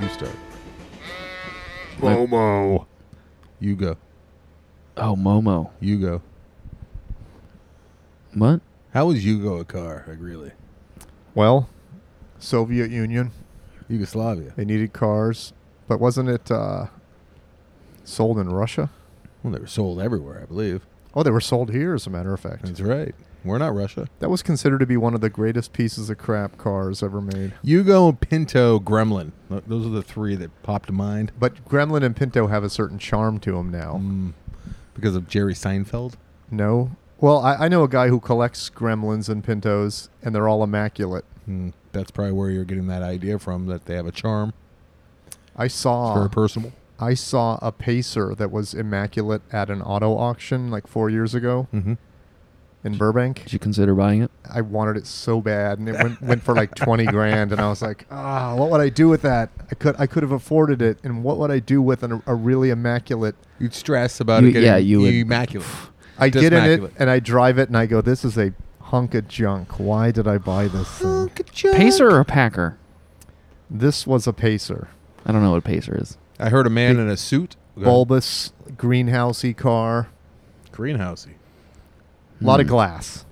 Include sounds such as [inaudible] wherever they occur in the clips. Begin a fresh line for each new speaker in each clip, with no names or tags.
You start.
Momo.
You go.
Oh, Momo.
You go.
What?
How was Yugo a car? Like really?
Well, Soviet Union.
Yugoslavia.
They needed cars, but wasn't it uh, sold in Russia?
Well, they were sold everywhere, I believe.
Oh, they were sold here, as a matter of fact.
That's right. We're not Russia.
That was considered to be one of the greatest pieces of crap cars ever made.
Yugo, Pinto, Gremlin. Th- Those are the three that popped to mind
But Gremlin and Pinto have a certain charm to them now.
mm, because of Jerry Seinfeld.
No? Well, I, I know a guy who collects Gremlins and Pintos, and they're all immaculate.
Mm, that's probably where you're getting that idea from that they have a charm.
I
It's
saw
very personal.
I saw a pacer that was immaculate at an auto auction like four years ago
Mm-hmm.
in Burbank.
Did you consider buying it?
I wanted it so bad, and it went, went for like twenty grand, and I was like, ah, what would I do with that? I could I could have afforded it, and what would I do with an, a really immaculate?
You'd stress about
You-
it. Getting
yeah, you would-
immaculate.
I get in it
Dismaculate.
and I drive it, and I go, this is a hunk of junk. Why did I buy this thing?
Pacer or Packer?
This was a pacer,
I don't know what a Pacer is.
I heard a man in a suit. Go ahead.
bulbous greenhousey car,
Greenhousey.
a lot of
Hmm.
glass.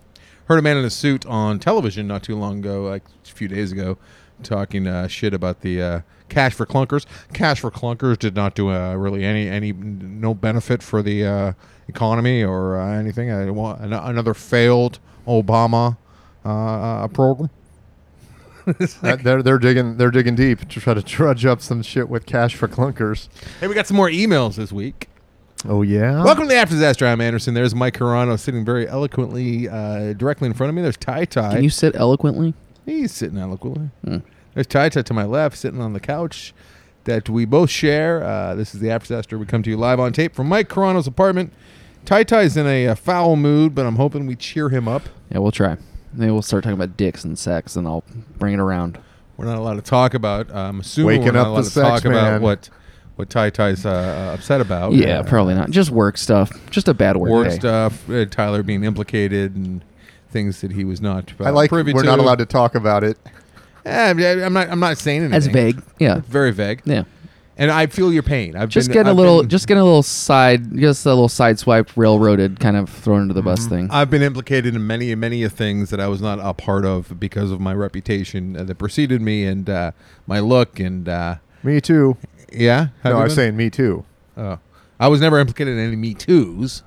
Heard a man in a suit on television not too long ago, like a few days ago, talking uh, shit about the uh, cash for clunkers. Cash for clunkers did not do uh, really any any no benefit for the uh, economy or uh, anything. I want an- another failed Obama uh, uh, program.
Uh, they're they're digging they're digging deep to try to trudge up some shit with cash for clunkers.
Hey, we got some more emails this week.
Oh yeah.
Welcome to the After Disaster. I'm Anderson. There's Mike Carano sitting very eloquently uh, directly in front of me. There's Ty Ty.
Can you sit eloquently?
He's sitting eloquently.
Hmm.
There's Taita to my left, sitting on the couch that we both share. Uh, this is the After Disaster. We come to you live on tape from Mike Carano's apartment. Taita's in a, uh foul mood, but I'm hoping we cheer him up.
Yeah, we'll try. Maybe we'll start talking about dicks and sex, and I'll bring it around.
We're not allowed to talk about. uh, I'm assuming
Waking
we're not
up
allowed
the
to talk
sex
about
man.
what what Taita's uh, uh, upset about.
yeah,
Uh,
probably not. Just work stuff. Just a bad work,
Work
day.
stuff. Uh, Tyler being implicated and things that he was not. Uh,
I like
privy
we're
to.
not allowed to talk about it.
Eh, I'm not. I'm not saying anything.
That's vague. Yeah,
Very vague.
yeah.
And I feel your pain. I've
Just
been,
get a
I've
little,
been-
just get a little side, just a little side swipe, railroaded, kind of thrown into the bus thing.
I've been implicated in many and many a things that I was not a part of because of my reputation uh, that preceded me and uh, my look and uh,
Me too.
yeah. Have
no,
you
I
been?
was saying me too.
Oh. I was never implicated in any Me Too's.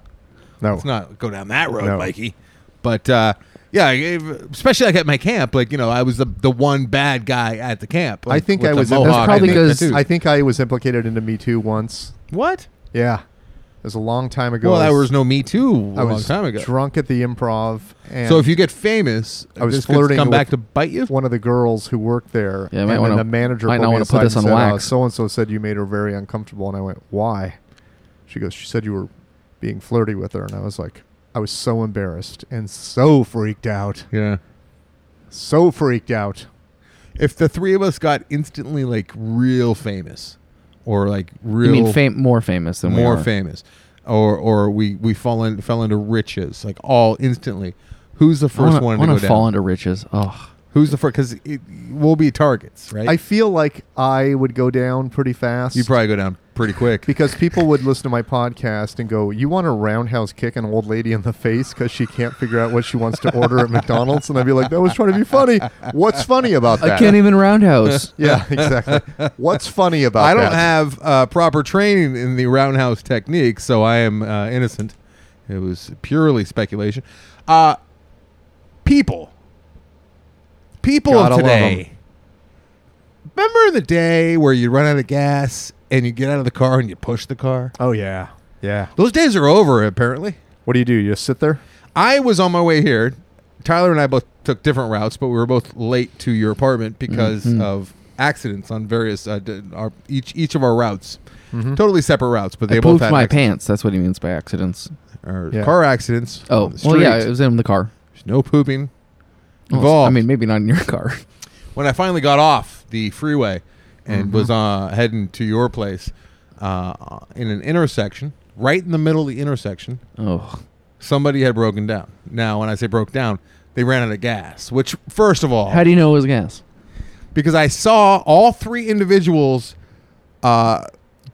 No.
Let's not go down that road,
No.
Mikey. But uh, yeah, I gave- especially like at my camp, like you know, I was the the one bad guy at the camp.
I
like,
think
with
I
the
was.
mohawk
That's probably
and the
'cause
tattoos.
I think I was implicated into Me Too once.
what?
Yeah, it was a long time ago.
Well,
I
there was no Me Too a
I
long
was
time ago.
Drunk at the improv, and
so if you get famous,
I was
this could
flirting
come
with-
back to bite you.
one of the girls who worked there,
Yeah, I
and
might
then
wanna-
the manager
might
pulled
not
me
wanna
aside
put this
and
on
said,
wax."
So and so said you made her very uncomfortable, and I went, "Why?" She goes, "She said you were being flirty with her," and I was like, I was so embarrassed and so freaked out,
Yeah.
so freaked out.
if the three of us got instantly like real famous or like
You
real
mean fam- more famous than we
more
are.
famous or or we we fall in, fell into riches like all instantly who's the 1st
I wanna,
one to
wanna
go down
fall into riches. Oh,
who's the first because we'll be targets right
I feel like I would go down pretty fast.
you probably go down
[laughs]
pretty quick
because people would listen to my podcast and go, "You want to roundhouse kick an old lady in the face because she can't figure out what she wants to order at McDonald's?" And I'd be like, "That was trying to be funny. What's funny about that?"
I can't even roundhouse.
yeah, exactly. What's funny about
i don't
that?
have uh, proper training in the roundhouse technique so i am uh, innocent it was purely speculation uh people people
Gotta
of
love 'em.
today remember in the day where you run out of gas and you get out of the car and you push the car
Oh yeah, yeah.
those days are over apparently
What do you do? You just sit there.
I was on my way here. Tyler and I both took different routes, but we were both late to your apartment because
Mm-hmm.
of accidents on various uh, d- our, each each of our routes. Totally separate routes, but [laughs] they
I
both
pooped
had
Mm-hmm. my
acc-
pants. That's what he means by accidents.
or
Yeah.
car accidents.
Oh,
on the
well, yeah,
street.
it was in the car.
There's no pooping
Well,
involved.
I mean, maybe not in your car.
when I finally got off the freeway and
Mm-hmm.
was uh, heading to your place uh, in an intersection, right in the middle of the intersection,
Oh,
somebody had broken down. Now, when I say broke down, they ran out of gas, which first of all,
how do you know it was gas?
because I saw all three individuals uh,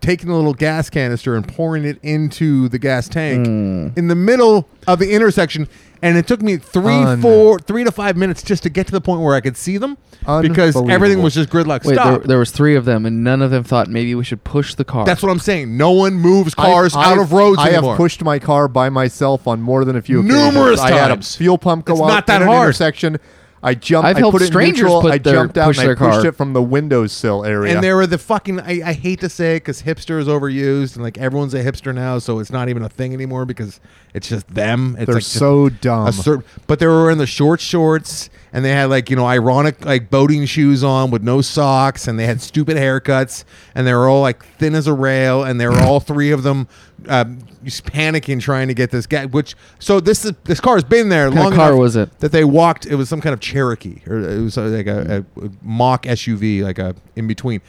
taking a little gas canister and pouring it into the gas tank
Hmm.
in the middle of the intersection. And it took me three,
Un-
four, three to five minutes just to get to the point where I could see them because everything
Unbelievable.
was just gridlock.
Wait, there,
Stop.
there was three of them, and none of them thought maybe we should push the car.
That's what I'm saying. No one moves cars
I-
out
I-
of roads
I
anymore.
have pushed my car by myself on more than a few occasions.
Numerous
I had a
times.
fuel pump go
It's
out
not that
in
hard.
an intersection. I jumped.
I've
I
helped
put it in
strangers
neutral,
put
I
their-
jumped out
push
and I
their car.
pushed it from the windowsill area.
and they were the fucking. I, I hate to say it because hipster is overused, and like everyone's a hipster now, so it's not even a thing anymore because it's just them. It's
They're
like just
so dumb.
a certain, but they were in the short shorts, and they had like you know ironic like boating shoes on with no socks, and they had stupid haircuts, and they were all like thin as a rail, and they were all three of them um, just panicking trying to get this guy. Which so this is, this car has been there
kind
long
of car
enough
was it?
that they walked. It was some kind of Cherokee, or it was uh, like a, a mock SUV, like a in between,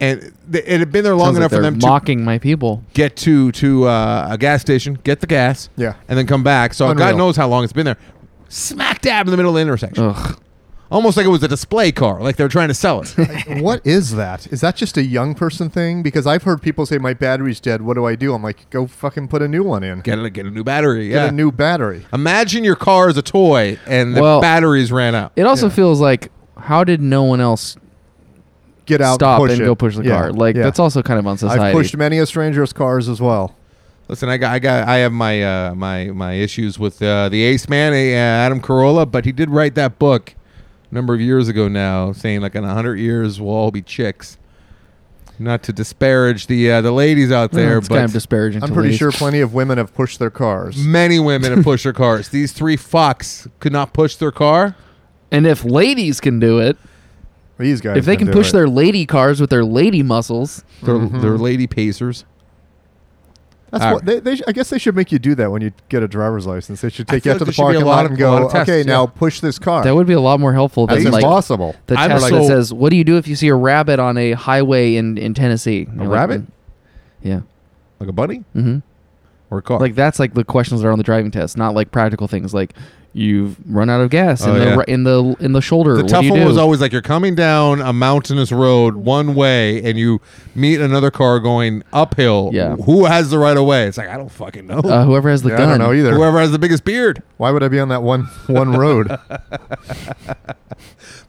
and th- it had been there long
Sounds like
enough
they're
for them to
mocking my people.
get to to uh, a gas station, get the gas,
Yeah.
and then come back. So God
Unreal. Oh.
knows how long it's been there. Smack dab in the middle of the intersection,
Ugh.
almost like it was a display car, like they were trying to sell
[laughs]
it.
what is that? Is that just a young person thing? Because I've heard people say my battery's dead. What do I do? I'm like, go fucking put a new one in.
get a get a new battery.
Get
Yeah.
a new battery.
Imagine your car is a toy and the
Well-
batteries ran out.
It also
Yeah.
feels like how did no one else
Get out.
stop
push
and
it.
go push the
Yeah,
car? Like
yeah.
that's also kind of on society.
I've pushed many a stranger's cars as well.
Listen, I got, I got, I have my uh, my my issues with uh, the Ace Man, uh, Adam Carolla, but he did write that book a number of years ago now, saying like in hundred years we'll all be chicks. Not to disparage the uh, the ladies out
Well,
there,
it's
but
kind of disparaging.
I'm
to
pretty
ladies.
sure plenty of women have pushed their cars.
many women have pushed their cars. These three fucks could not push their car.
And if ladies can do it,
These guys.
if they can
do
push
it.
their lady cars with their lady muscles,
They're,
Mm-hmm.
they're lady pacers.
That's
All
what they, they. sh- I guess they should make you do that when you get a driver's license. They should
I
take
feel
you
like
out to
there
the
should be a
parking
lot
lot
of-
and
a lot
go,
of tests,
okay,
yeah.
now push this car.
that would be a lot more helpful
That's
than like
impossible.
the
I'm
test
so-
that says, "What do you do if you see a rabbit on a highway in in Tennessee?" A
rabbit?
yeah.
Like a bunny
hmm
or a car.
Like that's like the questions that are on the driving test, not like practical things like you've run out of gas
Oh,
in the
yeah.
ri- in the in the shoulder.
the
what
tough
do you
one
do?
was always like you're coming down a mountainous road one way and you meet another car going uphill.
Yeah.
Who has the right of way? It's like I don't fucking know.
uh, whoever has the
Yeah, I
gun.
don't know either.
Whoever has the biggest beard.
Why would I be on that one one
[laughs]
road?
But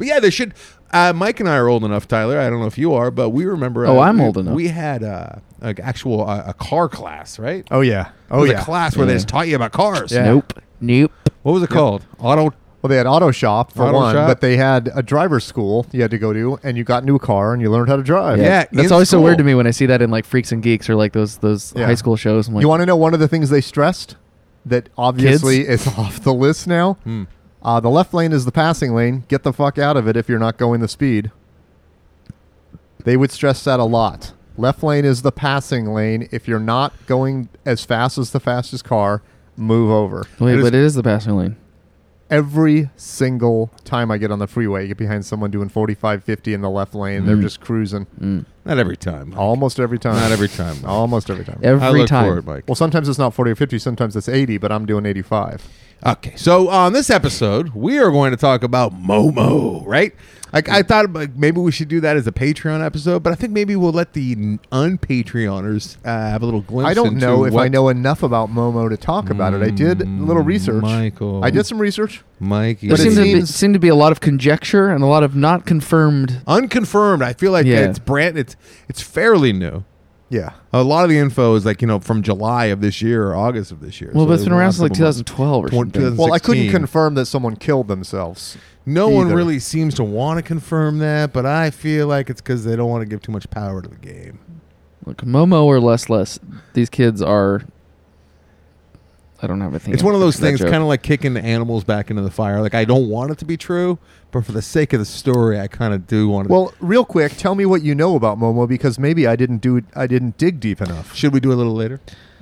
yeah, they should. Uh, Mike and I are old enough, Tyler. I don't know if you are, but we remember.
Oh,
uh,
I'm
we-
old enough.
We had uh, like actual uh, a car class, right?
oh yeah. Oh
It was
yeah.
a class where they
Yeah.
just taught you about cars.
Yeah.
Nope. Nope.
What was it called? Auto
Well, they had auto shop for
Auto
one,
shop.
but they had a driver's school you had to go to, and you got a new car and you learned how to drive.
Yeah, in
that's always so weird
school.
to me when I see that in like Freaks and Geeks or like those those
Yeah.
high school shows. I'm like,
You want to know one of the things they stressed that obviously is [laughs] off the list now?
Hmm.
Uh, the left lane is the passing lane. Get the fuck out of it if you're not going the speed. They would stress that a lot. Left lane is the passing lane. If you're not going as fast as the fastest car, move over.
wait,
It is-
but it is the passing lane.
Every single time I get on the freeway, I get behind someone doing 45, 50 in the left lane. They're just cruising
Not every time.
almost every time.
Mm. Not every time.
Almost every time.
Every
I look
time.
forward, Mike.
well, sometimes it's not 40 or 50, sometimes it's 80, but I'm doing 85.
Okay, so on this episode, we are going to talk about Momo, right? Like I thought like, maybe we should do that as a Patreon episode, but I think maybe we'll let the unpatreoners uh, have a little glimpse.
I don't
into
know if
what Mm,
I know enough about Momo to talk about it. I did a little research.
Michael.
I did some research.
Mikey.
There
But it
seemed to, be,
seems-
seemed to be a lot of conjecture and a lot of not confirmed.
unconfirmed. I feel like
Yeah.
it's brand. It's it's fairly new.
Yeah.
A lot of the info is like you know from July of this year or August of this year.
Well,
So
but it's been around
last
since like
couple months.
2012 or
Twen-
something.
2000
Well, I
16.
couldn't confirm that someone killed themselves.
No one
either.
really seems to want to confirm that, but I feel like it's because they don't want to give too much power to the game.
Look, Momo or less less. These kids are. I don't have a thing.
It's one of those things, kind of like kicking the animals back into the fire. Like I don't want it to be true, but for the sake of the story, I kind of do want to.
Well, real quick, tell me what you know about Momo because maybe I didn't do I didn't dig deep enough.
should we do a little later?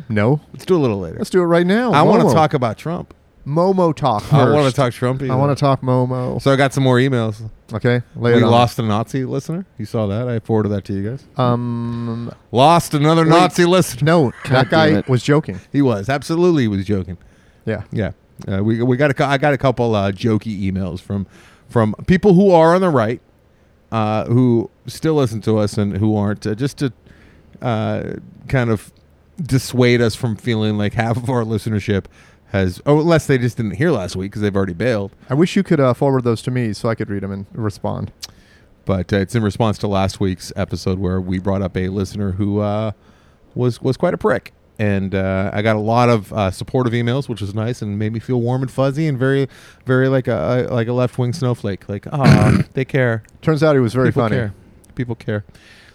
No.
Let's do a little later.
Let's do it right now.
I want to
Momo.
talk about Trump.
Momo talk. First.
I want to talk Trump.
I want to talk Momo.
So I got some more emails.
Okay. Lay
We
it on.
lost a Nazi listener. You saw that. I forwarded that to you guys.
Um.
Lost another
Wait.
Nazi listener.
No,
damn
that guy
it.
was joking.
He was absolutely. He was joking.
Yeah.
Yeah, uh, we we got a cou- I got a couple uh, jokey emails from from people who are on the right uh, who still listen to us and who aren't, uh, just to uh, kind of dissuade us from feeling like half of our listenership has, oh, unless they just didn't hear last week because they've already bailed.
I wish you could uh, forward those to me so I could read them and respond.
But uh, it's in response to last week's episode where we brought up a listener who uh, was was quite a prick, and uh, I got a lot of uh, supportive emails, which was nice and made me feel warm and fuzzy and very, very like a like a left wing snowflake. Like,
[coughs]
ah, they care.
Turns out he was very
People
funny.
care. People care.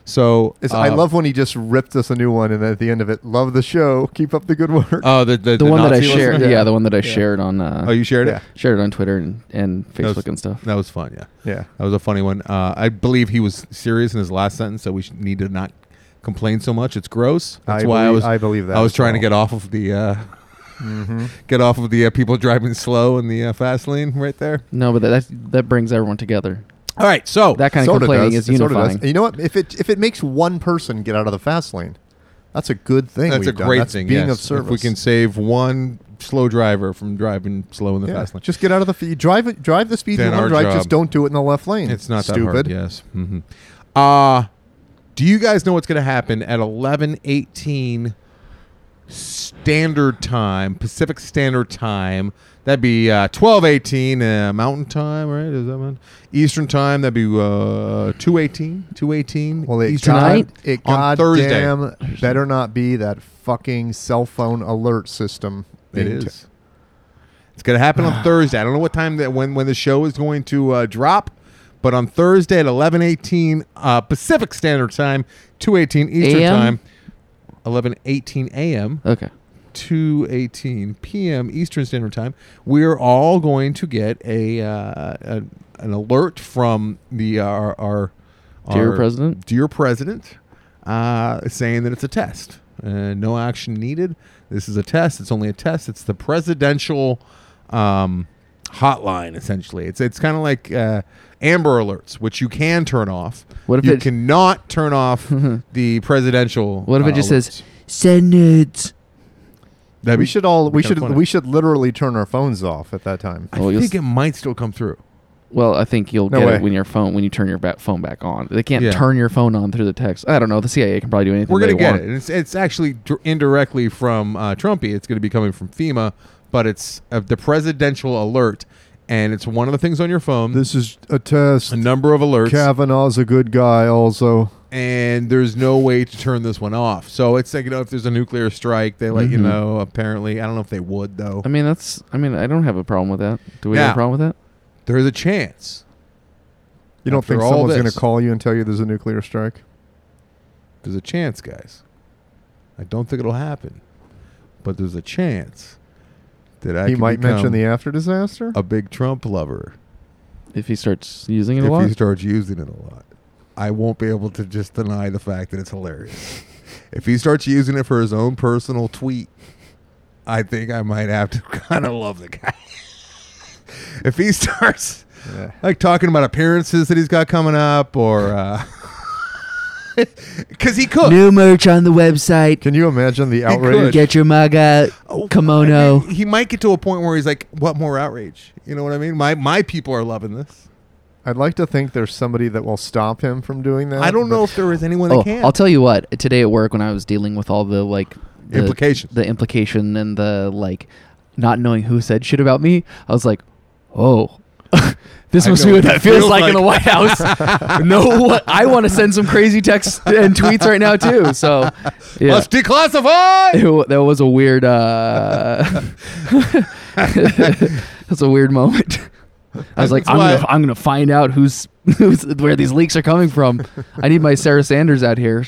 So
It's, I
uh,
love when he just ripped us a new one, and at the end of it, love the show, keep up the good work.
oh the the,
the, one that I
Nazi listener?
shared. Yeah.
Yeah.
the one that I shared on uh,
Oh, you shared
Yeah.
it.
shared it on Twitter and, and
was-
Facebook and stuff.
That was fun. Yeah.
yeah,
That was a funny one. Uh, I believe he was serious in his last sentence, so we should need to not complain so much. It's gross. That's
I
why I
believe-
was.
I believe that
I was
as
trying to
well.
get off of the uh,
Mhm.
get off of the uh, people driving slow in the uh, fast lane right there.
No, but that that brings everyone together.
All right, so
That kind of
Sorta
complaining
does.
is
It sorta does.
unifying.
And you know what? If it if it makes one person get out of the fast lane, that's a good thing.
that's
we've
a
done.
great
That's
thing.
Being
yes.
of service,
if we can save one slow driver from driving slow in the
Yeah,
fast lane,
Just get out of the f- drive. it- Drive the speed
Then
you want
our
to drive.
job.
Just don't do it in the left lane.
it's not
stupid.
that hard. Yes. Mm-hmm. Uh do you guys know what's going to happen at eleven eighteen Standard Time, Pacific Standard Time? That'd be uh, twelve eighteen uh, Mountain Time, right? Is that one? Eastern Time? That'd be uh, two eighteen. Two eighteen.
Well, it
Eastern
god,
Tonight?
it
On Thursday.
goddamn better not be that fucking cell phone alert system.
It
being t-
is. It's going to happen [sighs] on Thursday. I don't know what time that when when the show is going to uh, drop, but on Thursday at eleven eighteen uh, Pacific Standard Time, two eighteen Eastern
AM?
Time, eleven eighteen a.m.
Okay.
two eighteen p.m. Eastern Standard Time. We're all going to get a, uh, a an alert from the uh, our, our
Dear
our
President?
dear president, uh, saying that it's a test. Uh, no action needed. This is a test. It's only a test. It's the presidential um, hotline, essentially. It's it's kind of like uh, Amber Alerts, which you can turn off.
What if
you
it- Mm-hmm.
cannot
[laughs]
turn off the presidential?
What if
uh,
it just says
alerts?
Senate?
That'd
We
be-
should all.
that'd be
We
kinda
should.
funny.
We should literally turn our phones off at that time.
I
Well, you'll
think
s-
it might still come through.
Well, I think you'll
No
get
way.
it when your phone when you turn your ba- phone back on. They can't
Yeah.
turn your phone on through the text. I don't know. The CIA can probably do anything.
We're
they
gonna get
want.
it. It's it's actually dir- indirectly from uh, Trumpy. It's gonna be coming from FEMA, but it's uh, the presidential alert, and it's one of the things on your phone.
This is a test.
a number of alerts,
Kavanaugh's a good guy. Also,
and there's no way to turn this one off. So it's like you know, if there's a nuclear strike, they let you
Mhm.
know. Apparently, I don't know if they would though.
I mean, that's. I mean, I don't have a problem with that. Do we have
Now-
a problem with that?
There is a chance.
you don't
After
think
all
someone's
this.
going to call you and tell you there's a nuclear strike?
There's a chance, guys. I don't think it'll happen, but there's a chance that I
he
could
might mention
become
the after disaster.
a big Trump lover.
If he starts using it a
if
lot,
he starts using it a lot, I won't be able to just deny the fact that it's
[laughs]
hilarious. if he starts using it for his own personal tweet, I think I might have to [laughs] kind of love the guy. [laughs] if he starts
Yeah.
like talking about appearances that he's got coming up, or [laughs] because he could.
new merch on the website.
Can you imagine the outrage?
could.
Get your mug out,
Oh,
kimono.
I mean, he might get to a point where he's like, "What more outrage?" You know what I mean? My my people are loving this.
I'd like to think there's somebody that will stop him from doing that.
I don't
but
know if there is anyone that
Oh,
can.
I'll tell you what. Today at work, when I was dealing with all the like the,
Implications.
the implication and the like, not knowing who said shit about me, I was like, oh. [laughs] This
I
must
know
be what
what
that
that
feels
feels
like, in
like.
the White House.
[laughs]
no, what I want to send some crazy texts and tweets right now too. So, yeah,
Let's declassify.
It wa- that was a weird. Uh, [laughs] that's a weird moment. I was like,
That's
I'm
why-
gonna, I'm gonna find out who's, who's where these leaks are coming from. I need my Sarah Sanders out here.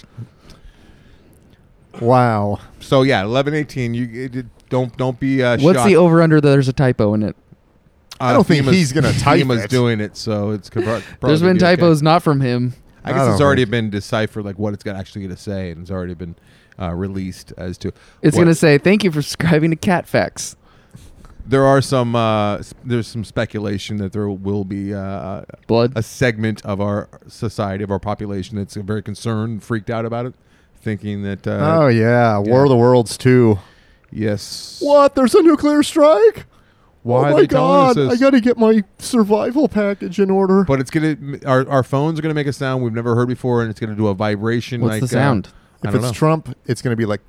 Wow.
So yeah, eleven eighteen. You it, it- don't don't be uh,
What's
shocked.
the over under? that There's a typo in it.
I
don't think he's gonna type
FEMA's
it.
doing it, so it's could
[laughs]
prob- probably
There's been
be okay.
typos not from him.
I guess
I
it's
don't
already
think-
been deciphered, like what it's got actually going to say, and it's already been uh, released as to.
It's
what-
gonna say thank you for subscribing to Cat Facts.
There are some. Uh, s- there's some speculation that there will be uh,
Blood.
a segment of our society, of our population, that's very concerned, freaked out about it, thinking that uh,
oh yeah, War of the Worlds too.
yes,
What? There's a nuclear strike?
Why
oh
are
my
they telling us
god!
this?
I got to get my survival package in order.
but it's gonna our, our phones are gonna make a sound we've never heard before, and it's gonna do a vibration.
What's
like,
the sound?
Uh, I
if
don't
it's
know.
Trump, it's going to be like.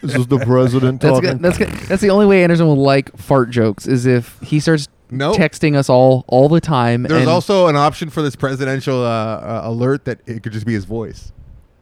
this is the president
That's
talking.
good. That's good. That's the only way Anderson will like fart jokes is if he starts
No.
texting us all all the time.
There's
and-
also an option for this presidential uh, uh, alert that it could just be his voice.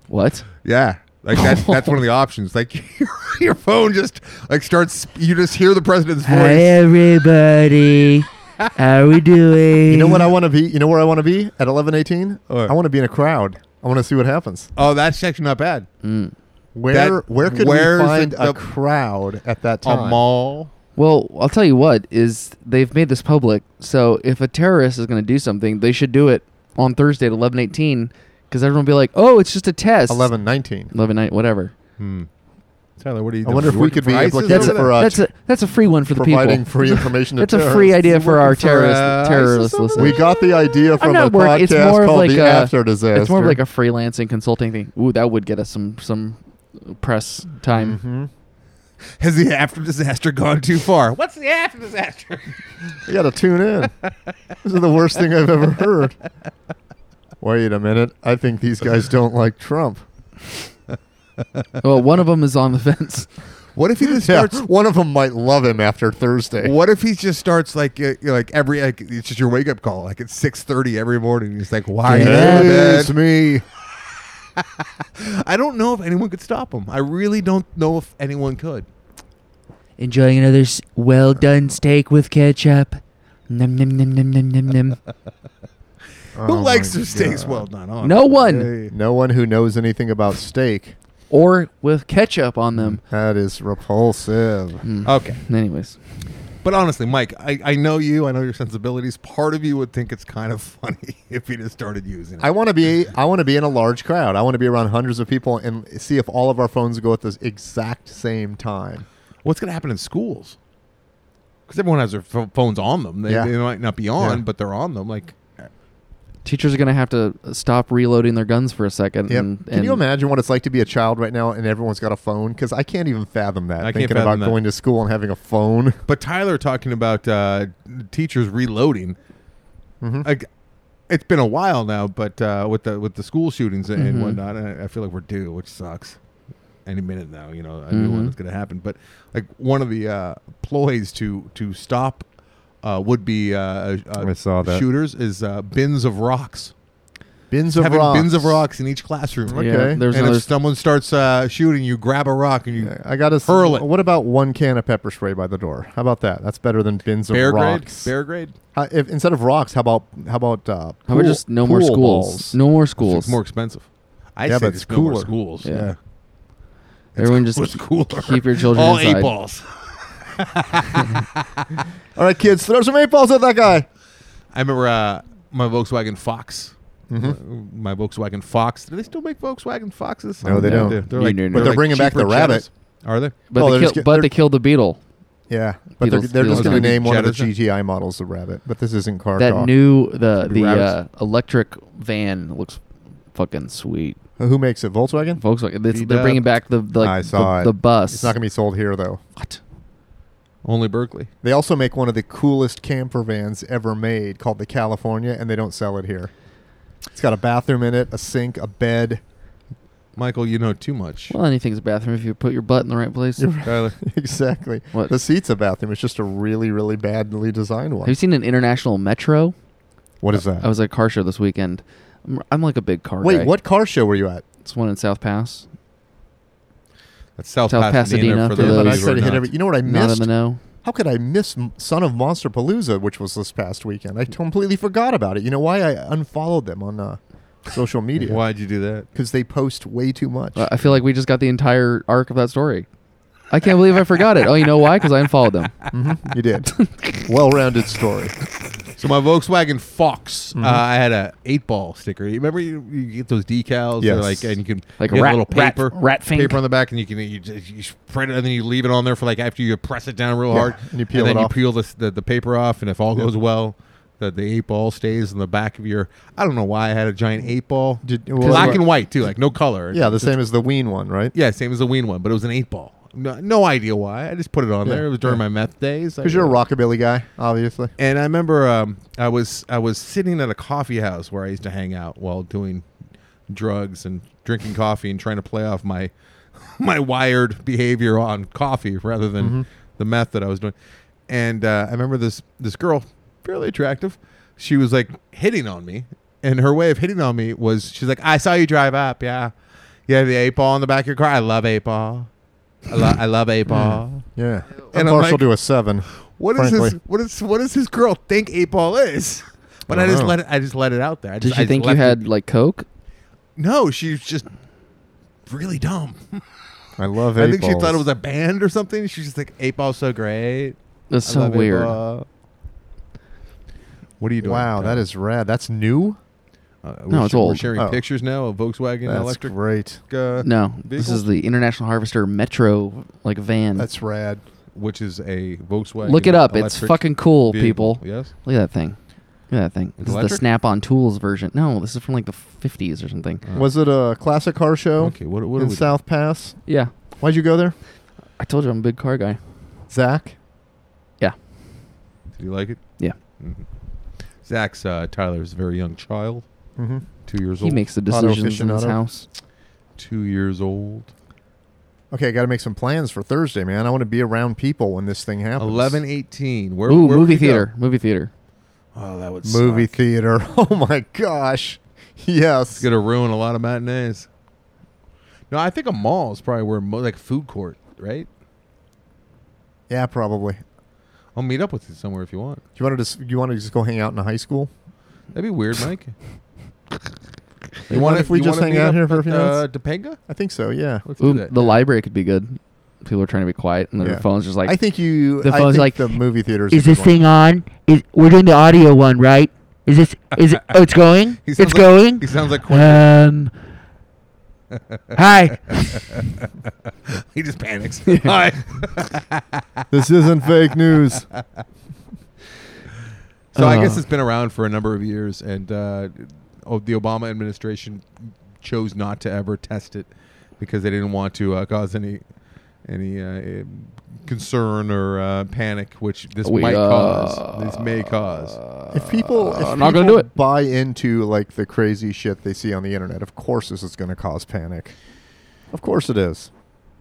what?
Yeah.
[laughs]
Like that's that's one of the options. Like [laughs] your, your phone just like starts. You just hear the president's
[laughs]
voice.
everybody, how are we doing?
You know what I want to be? You know where I want to be at eleven eighteen?
What?
I want to be in a crowd. I want to see what happens.
Oh, that's actually not bad.
Mm.
Where
That-
where could we
where's the-
find
the-
a crowd at that
A
time?
mall.
Well, I'll tell you what is they've made this public. So if a terrorist is going to do something, they should do it on Thursday at eleven eighteen, because everyone will be like, "Oh, it's just a test."
Eleven nineteen.
eleven night, whatever.
Hmm. Tyler, what are you?
I
doing?
wonder if
You
we
working
could
for
be
ISIS
implicated
over
for,
there?
uh,
That's a that's a free one for the
Providing
people. [laughs]
free information. to
That's a free
terrorists.
idea for our
working for,
terrorist
uh, ISIS
terrorist
over
listeners.
We got the idea from a
not work-
podcast
it's more of
called
like
The
a-
After Disaster.
It's more of like a freelancing consulting thing. Ooh, that would get us some some press time.
Has the after disaster gone too far? What's the after [laughs] disaster?
You got to tune in. this is the worst thing I've ever heard. Wait a minute. I think these guys don't like Trump. Mm-hmm.
well, one of them is on the fence.
What if he [laughs] just
Yeah,
starts?
one of them might love him after Thursday.
What if he just starts like uh, like every like it's just your wake up call like at six thirty every morning. He's like, why? Are you
Yeah,
in
It's
bed?
me.
I don't know if anyone could stop him. I really don't know if anyone could.
Enjoying another well done steak with ketchup. Nom nom nom nom nom nom nom.
Who
Oh
likes
my
their steaks
God.
well done? Oh,
No one.
hey.
No one who knows anything about steak.
[laughs] or with ketchup on them.
That is repulsive.
Mm.
Okay,
Anyways,
but honestly, Mike, I, I know you. I know your sensibilities. Part of you would think it's kind of [laughs] funny if he just started using it.
I want to be. I want to be in a large crowd. I want to be around hundreds of people and see if all of our phones go at the exact same time.
What's going to happen in schools? Because everyone has their pho- phones on them. They,
Yeah.
they might not be on,
Yeah.
but they're on them. Like
teachers are gonna have to uh, stop reloading their guns for a second.
Yep.
And,
Can you
and-
imagine what it's like to be a child right now and everyone's got a phone? Because I can't even fathom that.
I can't
thinking
fathom
about
that.
going to school and having a phone. [laughs]
But Tyler talking about uh, teachers reloading.
Mm-hmm.
Like, it's been a while now, but uh, with the with the school shootings and
Mm-hmm.
Mhm.
whatnot, I, I feel like we're due, which sucks. Any minute now, you know, a
Mhm.
new
Mm-hmm.
one is going to happen. But like one of the uh, ploys to to stop uh, would be uh, uh,
I saw that.
shooters is uh, bins of rocks.
Bins of
Having
rocks.
bins of rocks in each classroom.
Yeah,
Okay.
there's
and
another.
if someone starts uh, shooting, you grab a rock and you
Yeah, I got to
Hurl it.
What about one can of pepper spray by the door? How about that? That's better than bins
bear
of
grade,
rocks.
bear grade.
Uh, if, instead of rocks, how about how about uh,
how about
pool-
just no more
pool
schools?
balls?
No more schools.
It's more expensive. I
Yeah,
say
but
just
it's
no more
cooler.
schools.
Yeah. Everyone just
It's
ke-
[laughs] cooler.
keep your children
Oh,
All
inside.
eight balls.
All right, kids, throw some eight balls at that guy.
I remember uh, my Volkswagen Fox.
Mm-hmm.
Uh, My Volkswagen Fox. Do they still make Volkswagen Foxes?
No, they
Yeah,
don't.
They're, they're
No,
like,
no, no.
they're
But
they're
like
bringing back
cheaper
the rabbit.
Jettas. Are they?
but
Oh,
they
they're
kill,
just get-
but
they're-
they killed the beetle.
Yeah, but they're,
Beatles-
they're just
Beatles
going
gonna
to
be
name one of the
Jetta-
GTI models the Rabbit. But this isn't car
That
talk.
new the the uh,
rabbits?
electric van looks fucking sweet.
Who makes it? Volkswagen.
Volkswagen. It's,
Beat
they're bringing
up.
back the the,
I
like,
saw
the,
it.
the bus.
It's not going to be sold here though.
what?
Only Berkeley.
They also make one of the coolest camper vans ever made called the California, and they don't sell it here. It's got a bathroom in it, a sink, a bed. [laughs]
Michael, you know too much.
Well, anything's a bathroom if you put your butt in the right place. Have
Tyler,
exactly.
What?
The seat's a bathroom. It's just a really, really badly designed one.
you seen an international metro?
what is that?
I was at a car show this weekend. I'm, I'm like a big car
Wait,
guy.
what car show were you at?
It's one in South Pass.
that's South,
South Pasadena
Pasadena, for
for
those
those
of
but I
you who are
said it hit
not.
every. You know what I
Not in
missed?
the know.
How could I miss M- Son of Monster Palooza, which was this past weekend? I completely forgot about it. You know why I unfollowed them on uh, social media?
Why'd you do that?
Because they post way too much.
I I feel like we just got the entire arc of that story. I can't believe I forgot it. Oh, you know why? Because I unfollowed
[laughs]
them.
Mm-hmm. you did. Well-rounded story.
So my Volkswagen Fox,
Mm-hmm.
uh, I had a eight ball sticker. You remember you, you get those decals, they're
Yes.
like and you can
Like
you
a
get
rat-
little
rat-
paper,
rat fink.
paper on the back, and you can you, just- you spread it and then you leave it on there for like after you press it down real
Yeah,
hard,
and you peel
then
it
you
off.
peel the, the the paper off, and if all goes well, the the eight ball stays in the back of your. I don't know why I had a giant eight ball,
Did- well,
black
what-
and white too, like no color.
Yeah, the same as the Ween one, right?
yeah, same as the Ween one, but it was an eight ball. No, no idea why. I just put it on
Yeah,
there. It was during my
yeah.
meth days. I-
Because you're a rockabilly guy, obviously.
And I remember um, I was I was sitting at a coffee house where I used to hang out while doing drugs and drinking coffee and trying to play off my [laughs] my wired behavior on coffee rather than the meth that I was doing. And uh, I remember this this girl, fairly attractive. She was like hitting on me, and her way of hitting on me was she's like, "I saw you drive up, yeah, yeah, the eight ball in the back of your car. I love eight ball. I, lo- I love eight ball."
Yeah.
And I'm
I'm partial
like-
to a seven.
What is
frankly.
this? What is what does this girl think eight ball is? [laughs] But I,
I don't
just
know.
let it. I just let it out there. I
Did
just,
you
I just
think you
left
had
it-
like Coke?
No, she's just really dumb. [laughs]
I love eight
I think she
balls.
thought it was a band or something. She's just like eight ball's so great.
That's
I uh,
so
love eight
weird.
ball." What are you doing?
Uh, Wow, that is rad. That's new.
Uh, we're
No, it's
we're
old.
sharing
Oh.
pictures now of Volkswagen
That's
electric.
great.
Uh,
No, this
vehicle?
is the International Harvester Metro like van.
That's rad.
which is a Volkswagen.
Look it up. It's
electric
fucking cool,
vehicle.
people.
Yes.
Look at that thing. Look at that thing. This is the
electric?
Snap-on Tools version. No, this is from like the 50s or something.
Oh.
Was it a classic car show
Okay. What? What are
in
we?
South Pass?
Yeah,
Why'd you go there,
I told you I'm a big car guy.
Zach?
Yeah,
Did you like it?
yeah.
Mhm. Zach's uh, Tyler's very young child,
Mm-hmm.
two years
He
old.
makes the decisions in his
aficionado.
house.
two years old.
Okay, I got to make some plans for Thursday, man. I want to be around people when this thing happens.
Eleven, eighteen. Where?
Ooh,
where would
movie
you go?
theater. Movie theater.
Oh, that would
movie
suck.
theater. [laughs] Oh my gosh. Yes.
It's gonna ruin a lot of matinees. No, I think a mall is probably where mo- like food court, right?
Yeah, probably.
I'll meet up with you somewhere if you want.
You want to just you want to just go hang out in a high school?
That'd be weird,
[laughs]
Mike.
You want if we just
wanna
hang
meet
out
up
here for a
at,
few
uh,
minutes?
Topanga?
I think so. Yeah.
Let's
Ooh,
do that.
the
[laughs]
library could be good. People are trying to be quiet, and their
Yeah.
phones just like.
I think you.
The
I
phone's
think
like,
the movie theaters.
Is this thing on? Is we're doing the audio one, right? Is this is it, oh, it's going?
He
It's
sounds like-
going.
He
[laughs]
sounds like Quentin.
Um. Hi.
[laughs] he just
[laughs]
panics. Hi.
This isn't fake
[laughs]
news.
So I guess
Uh.
it's been around for a number of years, and uh, oh, the Obama administration chose not to ever test it because they didn't want to uh, cause any any uh, concern or uh, panic, which this
We,
might
uh,
cause. This may cause. Uh,
If people, if
I'm not gonna
people
do it.
Buy into like the crazy shit they see on the internet. Of course, this is going to cause panic. Of course, it is.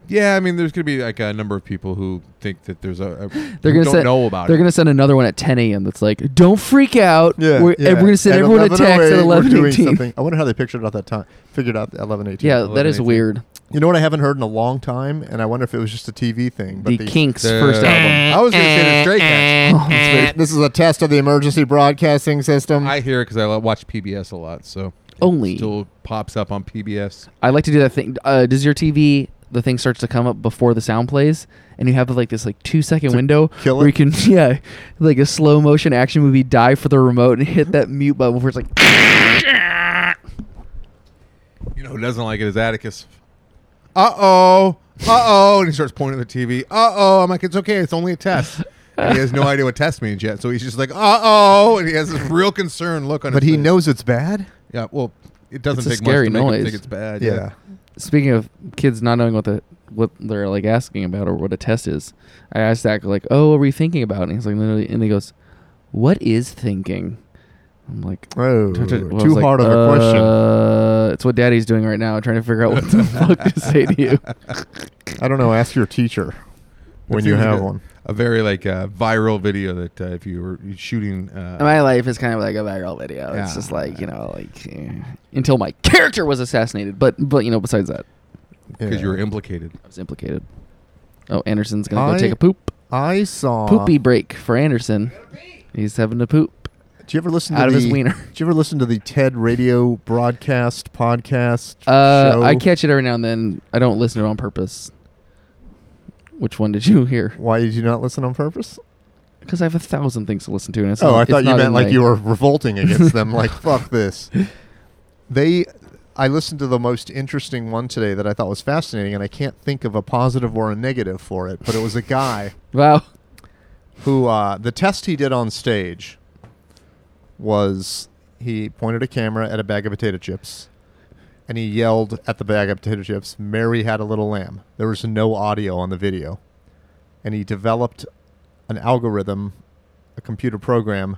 Yeah, I mean, there's going to be like a number of people who think that there's a,
They're
a who
gonna
don't
send,
know about
They're
it.
gonna send another one at 10 a.m. That's like, don't freak out.
Yeah,
we're,
yeah.
and we're gonna send everyone a text at
11:08, we're doing
11:18.
something. I wonder how they pictured it out that time. Figured out eleven eighteen.
Yeah, that is
11:18.
weird.
You know what I haven't heard in a long time, and I wonder if it was just a TV thing. But
The,
the,
Kinks
The-
first album.
I was going to say the Stray Cats.
eh.
[laughs]
[laughs]
This is a test of the emergency broadcasting system.
I hear it because I lo- watch PBS a lot, so it
Only.
still pops up on PBS.
I like to do that thing. Uh, does your TV the thing starts to come up before the sound plays, and you have like this like two second window
kill
where
it?
you can [laughs] yeah, like a slow motion action movie dive for the remote and hit that mute button before it's like [laughs]
You know who doesn't like it is Atticus. Uh oh. Uh oh. And he starts pointing at the TV. Uh oh. I'm like, it's okay. It's only a test. And he has no idea what test means yet. So he's just like, uh oh. And he has this real concern look on
but
his
he
face.
knows it's bad.
Yeah, well, it doesn't
It's a
take
scary
much to make him
noise.
think it's bad.
Yeah.
speaking of kids not knowing what the what they're like asking about or what a test is, I asked Zach like, "Oh, what were you thinking about?" And he's like, "No," and he goes, "What is thinking?" I'm like,
Oh,
I was
too
like,
hard of a question.
Uh, it's what Daddy's doing right now, trying to figure out what
[laughs]
the fuck to say to you.
I don't know. Ask your teacher
That
when you
seems
have
like a-
one.
A very like uh, viral video that uh, if you were shooting. Uh,
My life is kind of like a viral video. It's
Yeah.
just like you know, like eh, until my character was assassinated. But but you know, besides that,
because
Yeah.
you were implicated.
I was implicated. Oh, Anderson's gonna go
I- uh-huh.
take a poop.
I saw.
Poopy break for Anderson. He's having to poop.
Did you ever listen
Out
to
of
the,
his
[laughs]
wiener.
Did you ever listen to the TED radio broadcast podcast?
Uh,
show?
I catch it every now and then. I don't listen to it on purpose. Which one did you hear?
Why did you not listen on purpose?
Because I have a thousand things to listen to, and it's
Oh,
not-
I
it's
thought you
not
meant
in
like
my-
you were revolting against
[laughs]
them. Like fuck this. They, I listened to the most interesting one today that I thought was fascinating, and I can't think of a positive or a negative for it. But it was a guy
Wow.
who uh, the test he did on stage was he pointed a camera at a bag of potato chips and he yelled at the bag of potato chips, Mary had a little lamb. There was no audio on the video. And he developed an algorithm, a computer program.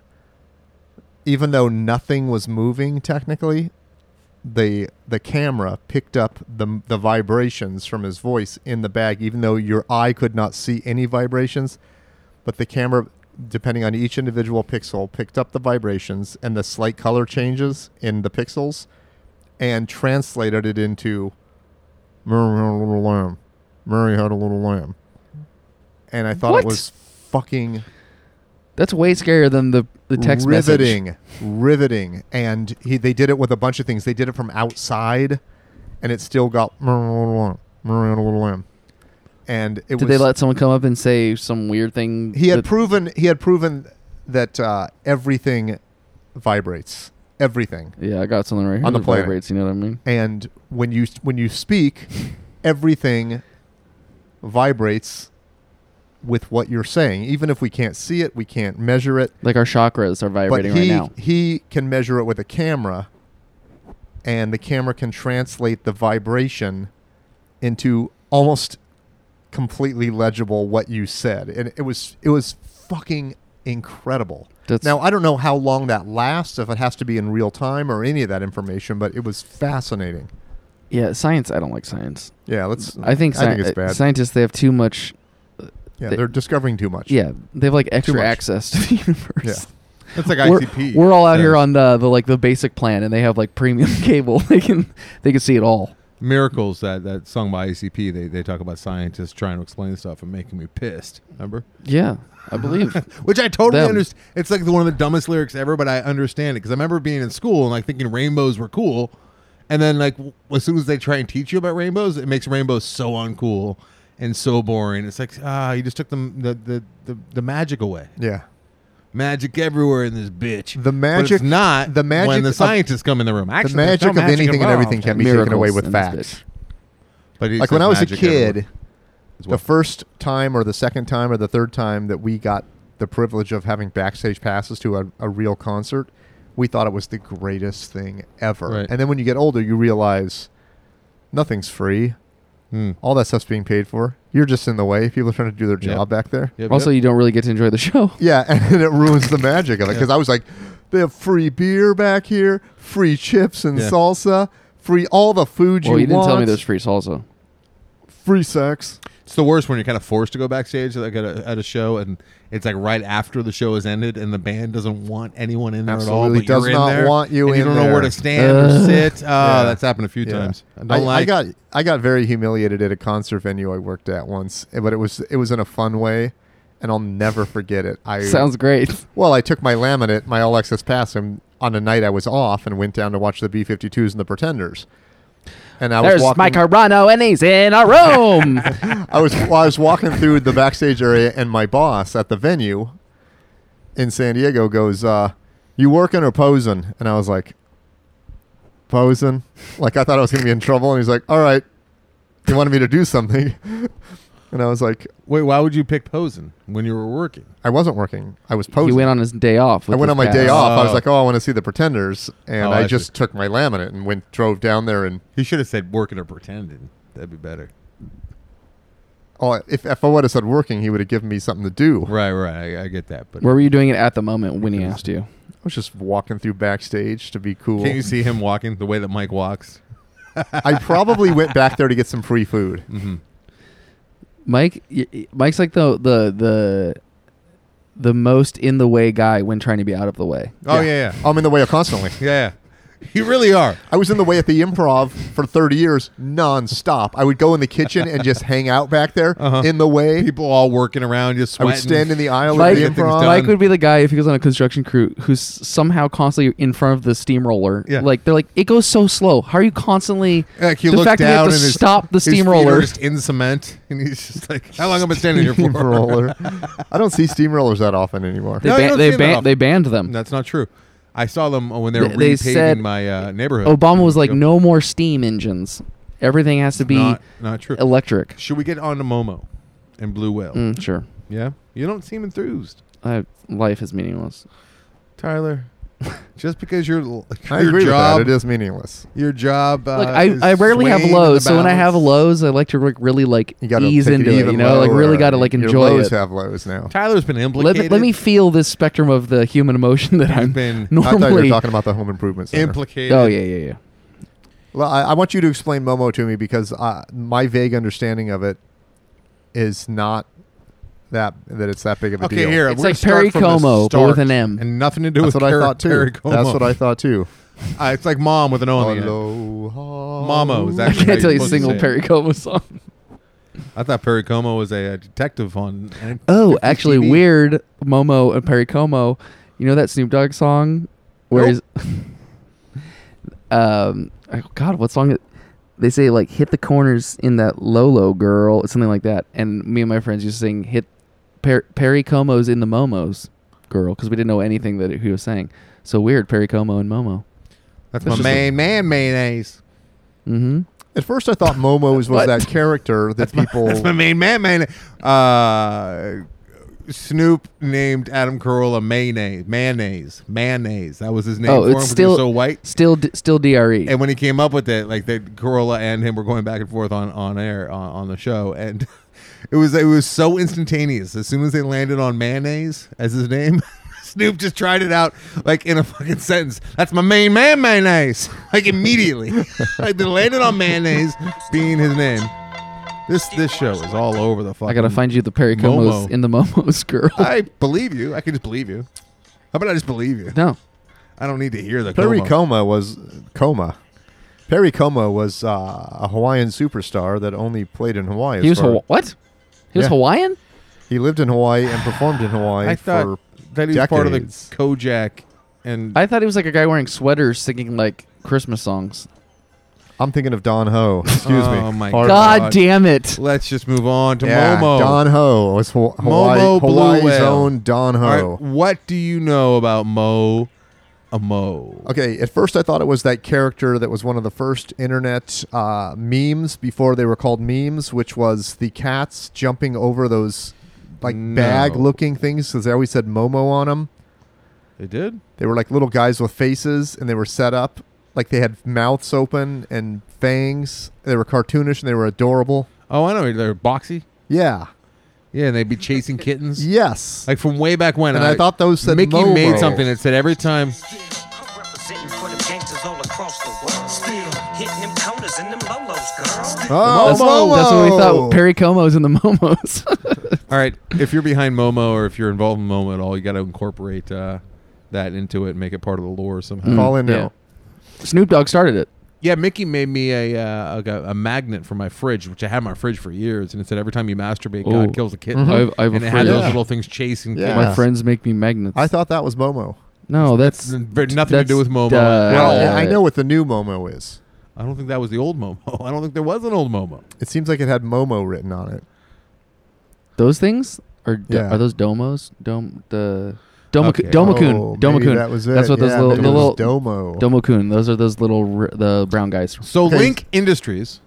Even though nothing was moving technically, the the camera picked up the the vibrations from his voice in the bag, even though your eye could not see any vibrations. But the camera, depending on each individual pixel, picked up the vibrations and the slight color changes in the pixels, and translated it into Murray had a little lamb. Murray had a little lamb. And I thought
What?
it was fucking
That's way scarier than the the text
riveting,
message.
riveting, and he, they did it with a bunch of things. They did it from outside, and it still got and it
Did
was.
they let someone come up and say some weird thing?
he had
that-
proven he had proven that uh, everything vibrates, everything,
yeah, I got something right here
On the
that
planet.
vibrates. You know what I mean?
and when you when you speak, everything vibrates with what you're saying. Even if we can't see it, we can't measure it.
Like our chakras are
but
vibrating
he
right now.
he can measure it with a camera, and the camera can translate the vibration into almost completely legible what you said, and it was it was fucking incredible.
That's-
now I don't know how long that lasts, if it has to be in real time or any of that information, but it was fascinating.
Yeah, science. I don't like science.
Yeah, let's.
I think, sci-
I think it's bad.
scientists they have too much.
yeah,
they-
they're discovering too much.
Yeah, they have like extra
much.
access to the universe.
Yeah.
That's like
we're,
ICP.
we're all out
says,
here on the, the like the basic plan, and they have like premium [laughs] cable. they can they can see it all.
miracles that that song by ICP. They they talk about scientists trying to explain stuff and making me pissed. Remember?
Yeah, I
[laughs]
believe.
Which I totally
Them.
understand. It's like the, one of the dumbest lyrics ever, but I understand it because I remember being in school and like thinking rainbows were cool, and then like w- as soon as they try and teach you about rainbows, it makes rainbows so uncool and so boring. It's like ah, you just took the the the, the, the magic away.
yeah.
Magic everywhere in this bitch.
The
but it's
magic-
not
the
when
magic
the
of-
scientists come in the room. Actually,
the
there's
magic
no
of anything and
involved.
everything can be taken away
Miracles
with
in this bitch.
facts.
But he
Like
says
when I was a
magic everywhere.
kid.
As
the
well.
first time or the second time or the third time that we got the privilege of having backstage passes to a, a real concert, we thought it was the greatest thing ever.
Right.
And then when you get older, you realize nothing's free.
Hmm.
All that stuff's being paid for. You're just in the way. People are trying to do their
Yep.
job back there.
Yep,
also,
yep.
you don't really get to enjoy the show.
Yeah, and it ruins the magic of it because I was like, they have free beer back here, free chips and
Yeah.
salsa, free all the food
Well,
[laughs] you,
you didn't
want,
tell me there's free salsa.
free sex.
It's the worst when you're kind of forced to go backstage like at a, at a show, and it's like right after the show has ended, and the band doesn't want anyone in there at all.
Absolutely
but you're
does
in
not
there,
want you
and You
in
don't know where
there.
to stand or
Ugh.
sit. Oh,
[laughs] Yeah.
that's happened a few
Yeah.
times. I don't
I,
like.
I got I got very humiliated at a concert venue I worked at once, but it was it was in a fun way, and I'll never forget it. I
Sounds great.
well, I took my laminate, my all access pass, and on a night I was off and went down to watch the B52s and the Pretenders. And I
[laughs]
was
There's
walking,
Mike Carano, and he's in a room.
I was well, I was walking through the backstage area, and my boss at the venue in San Diego goes, uh, "You working or posing?" And I was like, "Posing." Like I thought I was gonna be in trouble, and he's like, "All right, you wanted me to do something," [laughs] and I was like,
Wait, why would you pick posing when you were working?
"I wasn't working. I was
he
posing."
went on his day off.
I
with
went
his
on my
pass.
day off. I
Oh.
was like, "Oh, I want to see the Pretenders," and
Oh, I
I
see.
just took my laminate and went drove down there and
He should have said working or pretending. That'd be better.
oh, if, if I would have said working, he would have given me something to do.
Right, right. I, I get that, but
Where were you doing it at the moment when he asked you?
I was just walking through backstage to be cool.
can't you see him walking the way that Mike walks?
I probably went back there to get some free food.
Mm-hmm.
Mike, y- y- Mike's like the the the the most in the way guy when trying to be out of the way.
Oh yeah, yeah,
I'm in the way constantly.
yeah. yeah. You really are.
I was in the way at the improv for 30 years nonstop. I would go in the kitchen and just hang out back there
Uh-huh.
in the way.
People all working around, just
I
sweating.
would stand in the aisle
Like-
at the
Get
things
improv.
done.
Mike would be the guy if he goes on a construction crew who's somehow constantly in front of the steamroller.
Yeah.
Like they're like, it goes so slow. How are you constantly?
Like you
the
look
fact
down
that you have
and
to
his-
stop the
his feet
steamroller.
are just in cement, and he's just like, "How long have I been
[laughs]
standing here for?"
[laughs]
[laughs]
Steamroller. I don't see steamrollers that often anymore.
They,
No, you
ban-
don't
they,
see that
ban-
often.
they banned them.
That's not true. I saw them when they were
They- they
repaving
said-
my uh, neighborhood.
Obama was like, no more steam engines. Everything has to be
not, not true.
electric.
Should we get on to Momo and Blue Whale?
Mm, sure.
Yeah, you don't seem enthused,
I, life is meaningless.
Tyler. Just because your your
I agree
job
with that. It is meaningless.
your job. Uh,
Look,
is
I, I rarely have
swaying the
lows, so when I have
balance.
lows, I like to like really like
You got to
ease into it, you know, like really got to like enjoy
your lows
it.
have lows now.
Tyler's been
Let,
implicated.
me- let me feel this spectrum of the human emotion that I'm [laughs]
been- I
I thought you were
normally.
talking about the home improvement center.
implicated.
oh yeah, yeah, yeah.
Well, I, I want you to explain Momo to me because uh, my vague understanding of it is not that that it's that big of a
Okay,
deal.
here
It's
we're gonna
like
start
Perry
from the
Como, but
start
with an M.
and nothing to do
That's
with
what I
Perry-
thought too.
Perry Como.
That's
[laughs]
what I thought too.
Uh, it's like mom with an
Oh,
O on the end.
Aloha.
Momo, is
I
that- That's how
can't
you
tell you a
supposed to say
single
it.
Perry Como song.
I thought Perry Como was a, uh detective on.
Oh, actually,
TV.
weird. Momo and Perry Como. You know that Snoop Dogg song where
Nope.
he's. [laughs] um, oh God, what song? It, they say like hit the corners in that Lolo girl, something like that. And me and my friends used to sing hit per- Perry Como's in the Momos girl because we didn't know anything that he was saying. So weird, Perry Como and Momo.
That's
This
my
is
main man mayonnaise.
Mm-hmm.
At first, I thought Momo's was
What?
that character that people.
Oh.
That's my main man mayonnaise. Uh, Snoop named Adam Carolla mayonnaise, mayonnaise, mayonnaise. That was his name.
Oh,
for him
it's
'cause he was
still-
so white.
Still, d- E. still Dre.
And when he came up with it, like that, Corolla and him were going back and forth on on air on, on the show, and [laughs] it was it was so instantaneous. As soon as they landed on mayonnaise as his name, [laughs] Snoop just tried it out like in a fucking sentence. That's my main man mayonnaise. [laughs] Like immediately, [laughs] like they landed on mayonnaise being his name. This this show is all over the fucking.
I gotta find you the Perry
um, Momo.
Como's in the Momos [laughs] girl.
I believe you. I can just believe you. How about I just believe you?
no,
I don't need to hear the
[laughs] Perry
Como.
Como was Coma. Perry Como was uh, a Hawaiian superstar that only played in Hawaii.
he
as
was
far-
Hawa- what? He was
Yeah.
Hawaiian.
He lived in Hawaii and performed in Hawaii
I
for
thought that he was part of the
decades.
Kojak. And
I thought he was like a guy wearing sweaters singing like Christmas songs.
I'm thinking of Don Ho. Excuse me.
Oh, my
Hard-
God.
God damn it!
Let's just move on to
Yeah,
Momo.
Don Ho was Haw- Hawaii,
Momo Blue
Hawaii's
Whale.
own Don Ho.
All right, what do you know about Mo? A Mo.
Okay, at first I thought it was that character that was one of the first internet uh, memes before they were called memes, which was the cats jumping over those like
No.
bag-looking things because they always said Momo on them.
They did.
They were like little guys with faces, and they were set up like they had mouths open and fangs. They were cartoonish and they were adorable.
Oh, I know. They're boxy.
Yeah.
Yeah, and they'd be chasing kittens.
[laughs] Yes.
Like from way back when.
and I, thought those said
Mickey
Momo.
made something that said every time.
I'm representing for the gangsters all across the world. Still hitting them corners and them lolos, girl. Still
Oh,
that's,
Momo.
that's what we thought. Perry Como's in the Momos. [laughs]
All right, if you're behind Momo or if you're involved in Momo at all, you got to incorporate uh, that into it and make it part of the lore somehow.
Hmm.
Call Mm-hmm. in now.
Snoop Dogg started it.
Yeah, Mickey made me a, uh, like a a magnet for my fridge, which I had in my fridge for years, and it said every time you masturbate,
Oh.
God kills a kitten.
Mhm. I've- I've a
Mm-hmm. and it had
fridge.
those
Mm-hmm. Yeah.
little things chasing
Yeah.
kittens.
My friends make me magnets.
I thought that was Momo.
no, that's
But nothing to do with Momo.
That's,
at
uh,
all.
Well, I know what the new Momo is.
I don't think that was the old Momo. [laughs] I don't think there was an old Momo.
It seems like it had Momo written on it.
Those things are do-
Yeah.
are those domos? Dom the domacoon
Okay.
domacoon
Oh, maybe
domacoon.
That was it.
That's what those
Yeah,
little,
maybe
the
it was
little
Domo.
domacoon. Those are those little r- the brown guys.
So
Okay.
Link Industries,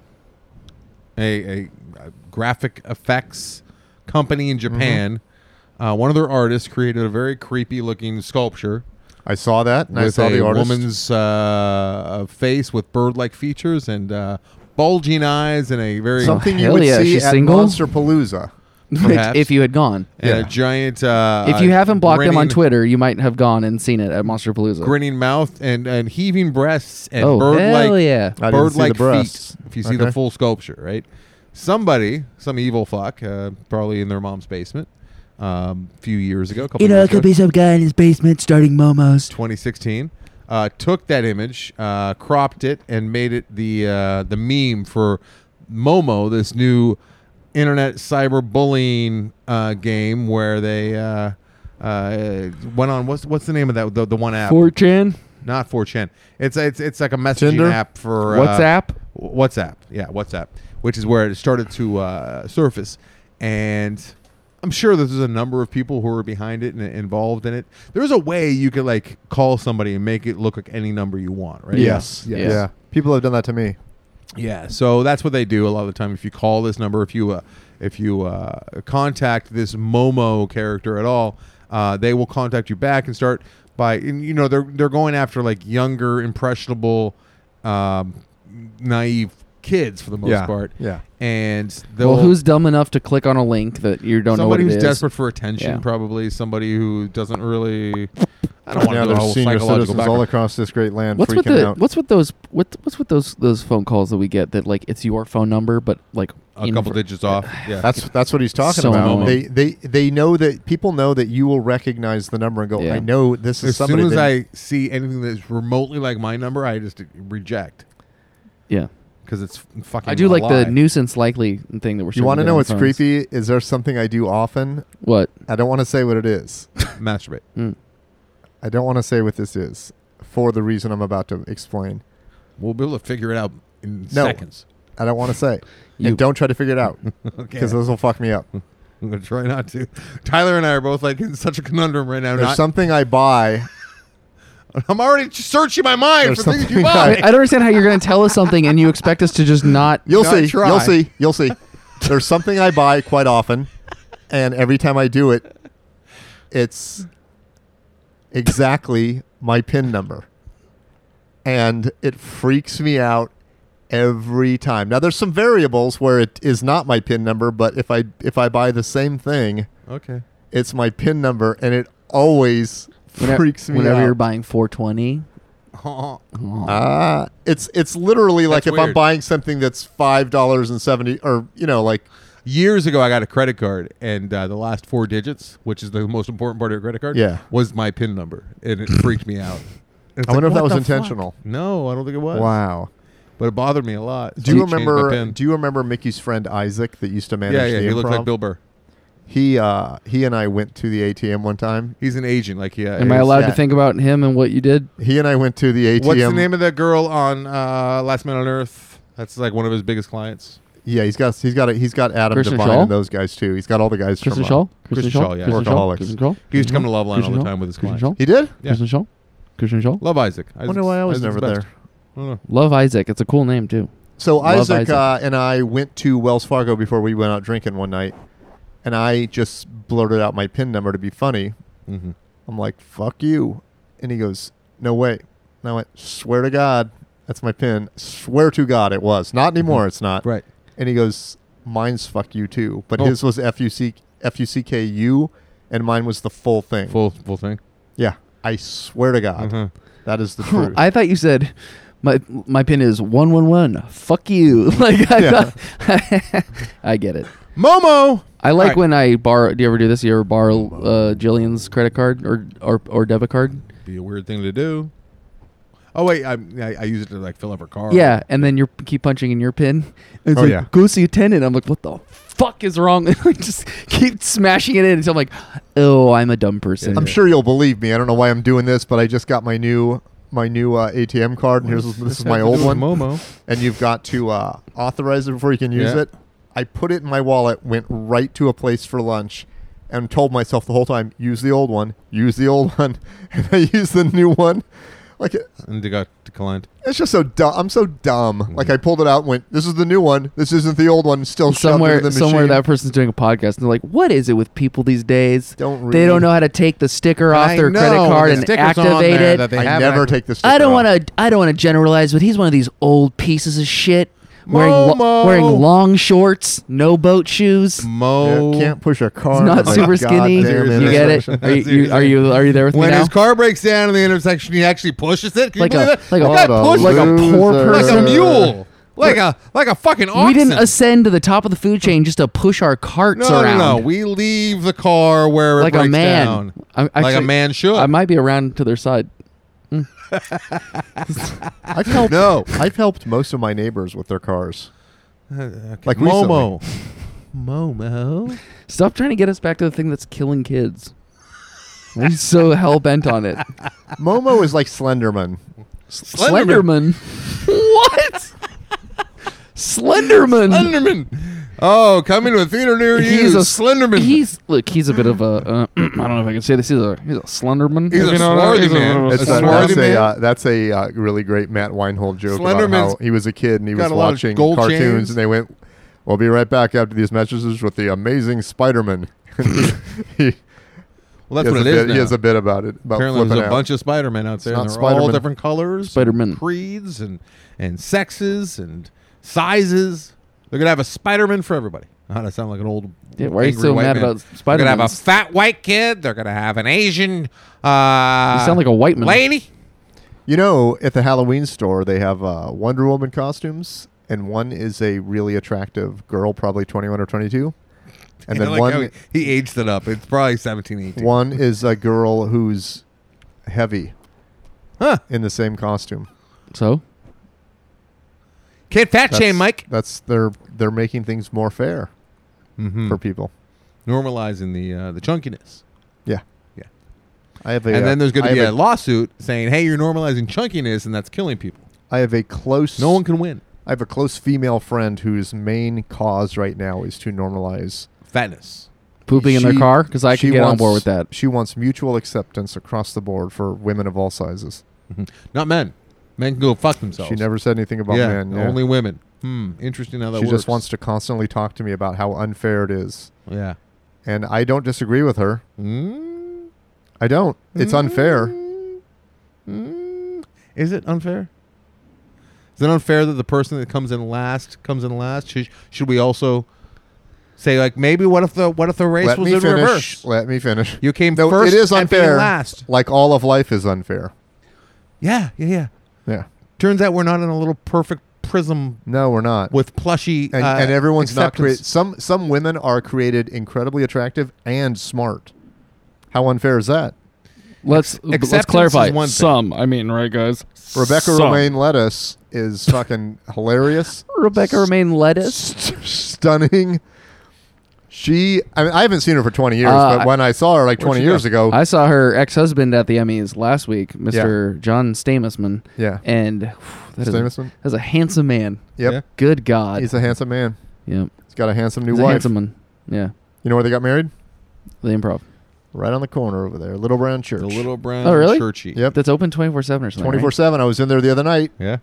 a, a, a graphic effects company in Japan,
Mm-hmm.
uh, one of their artists created a very creepy looking sculpture
I saw that, and I
with
saw
a
the artist.
woman's uh, face with bird-like features and uh, bulging eyes and a very
Something you
Hell
would
yeah,
see
she's
at
single?
Monster Palooza.
Perhaps.
if you had gone.
and a
yeah.
giant. Uh,
If you
uh,
haven't blocked them on
grinning-
Twitter, you might have gone and seen it at Monster Palooza.
grinning mouth and, and heaving breasts and
oh,
bird-like
hell yeah.
I didn't see the
bird-like feet.
breasts.
If you see the
Okay.
full sculpture, right? Somebody, some evil fuck, uh, probably in their mom's basement, um, a few years ago, a couple
[laughs] You know,
years
it could
ago,
be some guy in his basement starting momos.
2016, uh, took that image, uh, cropped it, and made it the uh, the meme for Momo, this new internet cyberbullying uh, game where they. Uh, uh, went on. What's what's the name of that? The, the one app,
Fortune,
not 4chan. It's it's it's like a messaging
Tinder?
app for uh,
WhatsApp.
WhatsApp, yeah, WhatsApp, which is where it started to uh, surface, and I'm sure that there's a number of people who are behind it and involved in it. There's a way you could like call somebody and make it look like any number you want, right?
Yes.
Yeah.
Yeah. People have done that to me.
yeah. So that's what they do a lot of the time. If you call this number, if you uh, if you uh, contact this Momo character at all, uh, they will contact you back and start by and, you know they're they're going after like younger impressionable, um, naive kids for the most
Yeah,
part.
yeah.
and
Well,
they'll-
who's dumb enough to click on a link that you don't know what
somebody
it
who's
is?
desperate for attention,
Yeah.
probably somebody who doesn't really. I don't want to do
Now
a
there's
whole
senior
psychological
citizens all
background.
across this great land
What's
freaking
with the
out.
what's with those what what's with those those phone calls that we get that like it's your phone number but like
A
in-
couple digits off. Yeah,
That's that's what he's talking
So
about.
annoying.
They they they know that people know that you will recognize the number and go,
Yeah.
I know this is
as soon
somebody.
as
that-
I see anything that's remotely like my number, I just reject
Yeah,
because it's f- fucking.
I do
a
like
lie.
the nuisance likely thing that we're.
you
want to
know what's creepy? Is there something I do often?
What?
I don't want to say what it is.
masturbate.
Mm.
I don't want to say what this is for the reason I'm about to explain.
We'll be able to figure it out in
No.
seconds.
I don't want to say.
You-
and don't try to figure it out
Okay,
because those will fuck me up.
I'm gonna try not to. Tyler and I are both like in such a conundrum right now.
There's
Not,
something I buy.
[laughs] I'm already searching my mind
There's
for things you
something
I,
buy.
I don't understand how you're going to tell us something and you expect us to just
[laughs]
not.
You'll
No,
see.
try.
You'll see. You'll see. There's something I buy quite often, and every time I do it, it's exactly my PIN number. And it freaks me out every time. Now there's some variables where it is not my PIN number, but if I if I buy the same thing,
Okay.
it's my PIN number and it always
Whenever,
freaks me
whenever
out.
you're buying 420.
Ah, it's it's literally like
That's
if I'm
weird.
buying something that's five dollars and seventy, or you know, like
[laughs] years ago i got a credit card and uh, the last four digits which is the most important part of a credit card
Yeah.
was my pin number and it freaked me out It's
I wonder
like,
if that
what
was
the fuck?
intentional.
no i don't think it was
Wow.
but it bothered me a lot
Do you
I changed my
remember?
pin.
Do you remember Mickey's friend Isaac that used to manage
yeah yeah
the
he looked
improv?
like bill burr
He uh, he and I went to the ATM one time.
he's an agent like yeah
Am I allowed to
yeah.
think about him and what you did?
He and I went to the ATM.
what's the name of that girl on uh, last man on earth that's like one of his biggest clients
Yeah, he's got he's got a, he's got Adam
Christian
Devine
Schaal?
and those guys too. He's got all the guys.
Kristen
from, uh,
Shaw? Kristen
Kristen
Shaw?
Schaal, yeah.
Kristen Shaw?
Workaholics.
Kristen Shaw?
he used to come to Loveline all
Christian
the
Shaw?
time with his
Christian
clients
He did.
Yeah.
Kristen Shaw? Christian Shaw?
love isaac
I wonder why I was
Isaac's
never
best.
there.
I don't know.
Love Isaac. It's a cool name, too.
So
Love
Isaac,
Isaac.
Uh, and I went to Wells Fargo before we went out drinking one night, and I just blurted out my pin number to be funny.
Mhm.
I'm like, "Fuck you," and he goes, "No way." And I went, "Swear to God, that's my pin. Swear to God, it was not anymore. It's not."
right
And he goes, "Mine's fuck you too," but
Oh.
his was F U C F U C K U, and mine was the full thing.
full full thing
Yeah, I swear to God,
Mhm.
that is the truth.
I thought you said my my pin is one one one. Fuck you. [laughs] Like I
Yeah.
thought, [laughs] I get it.
momo
I like
Alright.
when I borrow. Do you ever do this? You ever borrow uh, Jillian's credit card or, or or debit card?
be a weird thing to do oh wait i, I, I use it to like fill up her car
Yeah, and then you keep punching in your pin. And it's
Oh,
like,
yeah.
go see a tenant. I'm like, what the fuck is wrong? [laughs] And I just keep smashing it in until I'm like, oh, I'm a dumb person.
I'm sure you'll believe me. I don't know why I'm doing this, but I just got my new my new uh, ATM card, and here's
[laughs]
this is my old one.
momo
And you've got to uh, authorize it before you can use
Yeah.
it. I put it in my wallet, went right to a place for lunch, and told myself the whole time, use the old one, use the old [laughs] one, and I use the new one. Like it-
and they got declined.
it's just so dumb. I'm so dumb. Like I pulled it out, and went, "This is the new one. This isn't the old one." Still shoved into
somewhere
the
somewhere
machine.
that person's doing a podcast and they're like, what is it with people these days?
Don't
they
read.
don't know how to take the sticker off
I
their credit
know,
card
the
and
sticker's on
activate
there
it.
that they
I
have
never
active-
take this.
I don't want to. I don't want to generalize, but he's one of these old pieces of shit wearing
Momo.
lo- wearing long shorts, no boat shoes.
Mo
can't push a car.
It's not
Like,
super
God
skinny.
damn
it.
You get it?
[laughs] That's
Are you,
seriously-
are you are you there with
when
me now?
his car breaks down in the intersection, he actually pushes it. Can
Like
you believe
a-
it?
like a-
That guy
What a
pushed
like a poor
loser.
like
person.
a mule, like a like a fucking oxen.
We didn't ascend to the top of the food chain just to push our carts
no, no,
around.
no. We leave the car where it
like a
breaks
man.
down,
I'm
like a
actually-
man should.
I might be around to their side.
I've helped.
No.
I've helped most of my neighbors with their cars.
like
like
Momo. Momo.
Stop trying to get us back to the thing that's killing kids. We're so hell bent on it.
Momo is like Slenderman.
Slenderman. [laughs] what? Slenderman.
Slenderman. Oh, coming to a theater near you.
He's a
Slenderman.
He's look. He's a bit of a. Uh, [clears throat] I don't know if I can say this. He's a. He's a Slenderman.
He's a
You know,
swarthy
he's a-
man.
It's
A
a, that's,
swarthy man?
a, uh, that's a uh, really great Matt Weinhold joke
Slenderman's
about how he was a kid and he
got
was
a lot of
watching
gold
cartoons
chains.
and they went, "We'll [laughs] be right back after these messages with the amazing Spider-Man." he,
Well, that's what it
he has a
is
bit, He
now.
has a bit about it. About
Apparently,
flipping
there's a
out.
bunch of Spider-Men out there.
not
And they're all
Spider-Man.
different colors,
Spider-Man.
creeds, and and sexes and sizes. They're gonna have a Spider-Man for everybody. How does that sound like an old?
Yeah, why are you
angry
so
white
mad
man?
about
They're gonna have a
Spider-Mans?
fat white kid. They're gonna have an Asian. Uh,
You sound like a white man.
lady.
You know, at the Halloween store, they have uh, Wonder Woman costumes, and one is a really attractive girl, probably 21 or 22.
[laughs]
And
You
then
know, like how
one,
he he aged it up. It's probably 17, 18.
one is a girl who's heavy
Huh.
in the same costume.
So
Kid fat
That's-
shame, Mike.
That's they're they're making things more fair
Mhm.
for people.
Normalizing the uh, the chunkiness.
Yeah,
Yeah.
I have a.
and
uh,
then there's going
I
to be
have
a lawsuit saying, "Hey, you're normalizing chunkiness, and that's killing people.
I have a close.
No one can win."
I have a close female friend whose main cause right now is to normalize
Fatness.
pooping in their
She-
car because I
she
could get on
wants-
board with that.
She wants mutual acceptance across the board for women of all sizes.
Mm-hmm. Not men. Men can go fuck themselves.
She never said anything about
yeah,
men. yeah.
Only women. Hmm. Interesting how that
she
works.
just wants to constantly talk to me about how unfair it is,
Yeah.
and I don't disagree with her.
Mm,
I don't. It's unfair.
mm. Is it unfair? Is it unfair that the person that comes in last comes in last? Should, should we also say like maybe what if the what if the race
Let
was
me
in
finish.
reverse?
Let me finish.
You came
Though
first.
It is
at being
unfair.
Last.
Like all of life is unfair.
Yeah. Yeah. Yeah.
Yeah.
Turns out we're not in a little perfect prism
No, we're not.
with plushy
and,
uh,
and everyone's not
acceptance.
created. Some some women are created incredibly attractive and smart. How unfair is that?
Let's
acceptance
let's clarify.
is one thing.
Some, I mean, right, guys.
Rebecca
Some.
Romaine Lettuce
[laughs]
is fucking hilarious,
Rebecca Romaine lettuce.
st- stunning. She, I, mean, I haven't seen her for 20 years,
Uh,
but when I saw her like 20
she
years ago,
I saw her ex-husband at the Emmys last week, Mr. John Stamosman.
Yeah.
and whew, that is
Stamosman?
that's a handsome man.
yep,
Yeah.
Good God.
he's a handsome man.
yeah.
He's got a handsome new
He's a
wife.
handsome one. Yeah.
You know where they got married?
The improv.
Right on the corner over there, Little Brown Church.
The little brown
Oh, really?
churchy.
Yep.
That's open 24 7 or something.
24
right?
7. I was in there the other night
Yeah.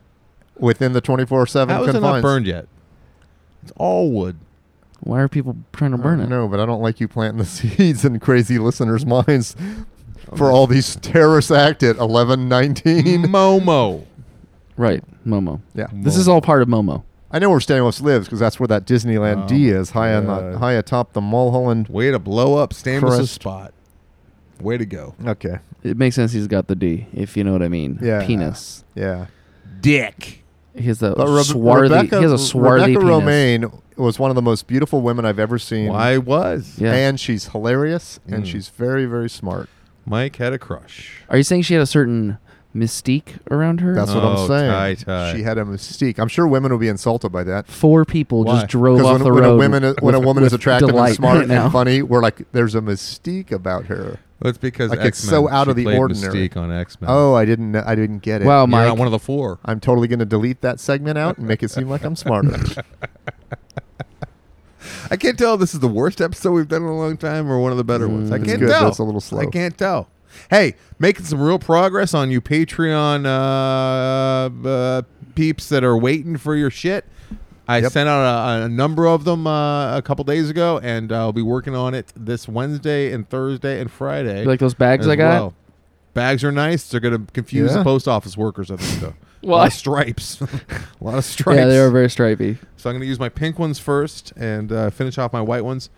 within the 24 7
How is it not
confines.
burned yet? It's all
[laughs]
wood.
Why are people trying to burn it?
No, but I don't like you planting the [laughs] seeds in crazy listeners' minds
Oh,
for all these terrorist act at eleven
Mm.
nineteen.
Momo.
Right. Momo.
yeah,
This is all part of Momo.
I know where Stanwolf lives because that's where that Disneyland
Oh,
D is, high on
God.
the high atop the Mulholland.
Way to blow up Stamos's
Crust.
spot. Way to go.
Okay,
It makes sense he's got the D, if you know what I mean.
Yeah.
Penis.
yeah.
Dick.
He has a
But Rebe-
swarthy.
Rebecca,
he has a swarthy
Rebecca
penis.
Romaine was one of the most beautiful women I've ever seen.
I was.
Yeah.
And she's hilarious, and
Mm.
she's very, very smart.
Mike had a crush.
Are you saying she had a certain mystique around her?
That's what
Oh,
I'm saying.
tie, tie.
She had a mystique. I'm sure women will be insulted by that.
Four people
Why?
just drove
'Cause
off
when,
the
when
road.
a woman when a
with-
woman is
with
attractive and
delight
smart
right now.
and funny, we're like, there's a mystique about her.
That's because
Like,
X-Men.
it's so out
She
of the
played
ordinary.
Mystique on X-Men.
Oh, I didn't kn- I didn't get it.
Wow,
You're
Mike.
not one of the four.
I'm totally going to delete that segment out and make it seem like
[laughs]
I'm smarter.
I can't tell if this is the worst episode we've done in a long time or one of the better ones. I
Mm,
That's
can't
good.
tell.
That's a little slow.
I can't tell. Hey, making some real progress on you Patreon uh, uh, peeps that are waiting for your shit. I
Yep.
sent out a, a number of them uh, a couple days ago, and uh, I'll be working on it this Wednesday and Thursday and Friday.
You [laughs] like those bags
as
I got?
well. Bags are nice. They're gonna confuse the
Yeah.
post office workers. I think though.
[laughs] Well,
a lot
I-
of stripes. [laughs] a lot of stripes.
Yeah, they were very stripy.
So I'm going to use my pink ones first and uh, finish off my white ones.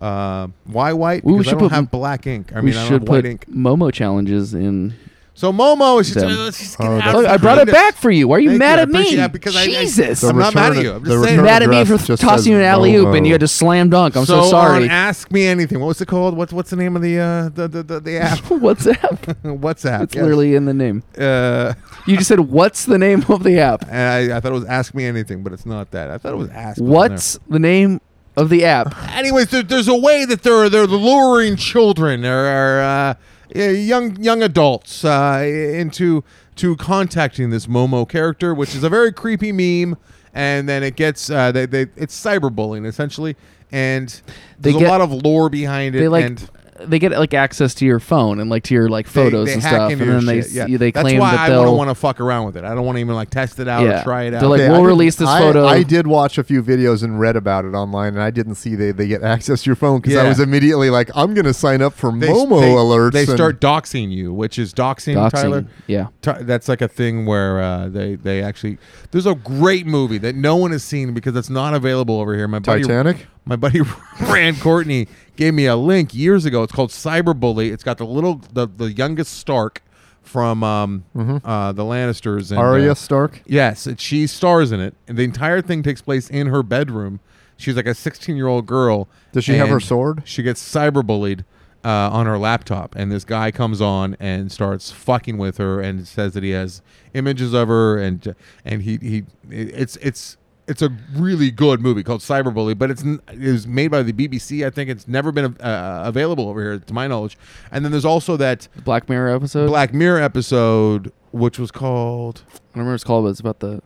Uh, why white?
Ooh, we
Because I
should
don't
put-
have black ink. I
we
mean, I don't
should
have white
put
ink.
Momo challenges in.
So Momo is just.
Them.
uh, she's
Oh,
getting
that's-
out
Look, I
of
brought it
hand.
back for you. Why are you
Thank
mad
I
at me?
appreciate that because I- I-
Jesus,
I'm
The
not mad
return
at
of-
you. I'm
the
just saying.
return
mad at me
Paragraph
for
just says
tossing you an alley oop and
Momo.
you had to slam dunk. I'm so,
so
sorry.
On Ask me anything. What was it called? What's what's the name of the uh, the, the, the
[laughs]
the app?
[laughs]
[laughs]
What's up?
WhatsApp.
It's literally in the name.
Uh,
You just said, "What's the name of the app?"
and I, I thought it was ask me anything, but it's not that. I thought it was ask. Me
What's the name of the
[laughs]
app?
anyways, there, there's a way that they're they're luring children or, or uh, eh, young young adults uh, into to contacting this Momo character, which is a very creepy meme, and then it gets uh, they, they it's cyberbullying essentially, and
They
there's
get-
a lot of lore behind it.
They like
and
they get like access to your phone and like to your like photos
they
and
hack
stuff, and
into your
then they
shit, yeah.
s- they
That's
claim
why
that
I
they'll
don't want to fuck around with it. I don't want to even like test it out
Yeah.
or try it
They're
out.
like,
Okay,
we'll
I didn't-
release this
I-
photo.
I, did watch a few videos and read about it online, and I didn't see they, they get access to your phone because I
Yeah.
was immediately like, I'm going to sign up for
they,
Momo
they,
alerts.
They
and-
start doxing you, which is doxing,
doxing.
Tyler.
Yeah,
Ty- That's like a thing where uh, they they actually. There's a great movie that no one has seen because it's not available over here. My buddy,
Titanic?
my buddy [laughs] Rand Courtney gave me a link years ago. It's called Cyberbully. It's got the little the, the youngest Stark from um, uh, the Lannisters. And, uh,
Arya Stark.
Yes, and she stars in it, and the entire thing takes place in her bedroom. She's like a 16 year old girl.
Does she have her
and
sword?
She gets cyberbullied uh, on her laptop, and this guy comes on and starts fucking with her, and says that he has images of her, and and he he it's it's. It's a really good movie called Cyberbully, but it's n- it was made by the BBC. I think it's never been uh, available over here, to my knowledge. And then there's also that
The Black Mirror episode.
Black Mirror episode, which was called
I don't remember what it's called, but it's about the.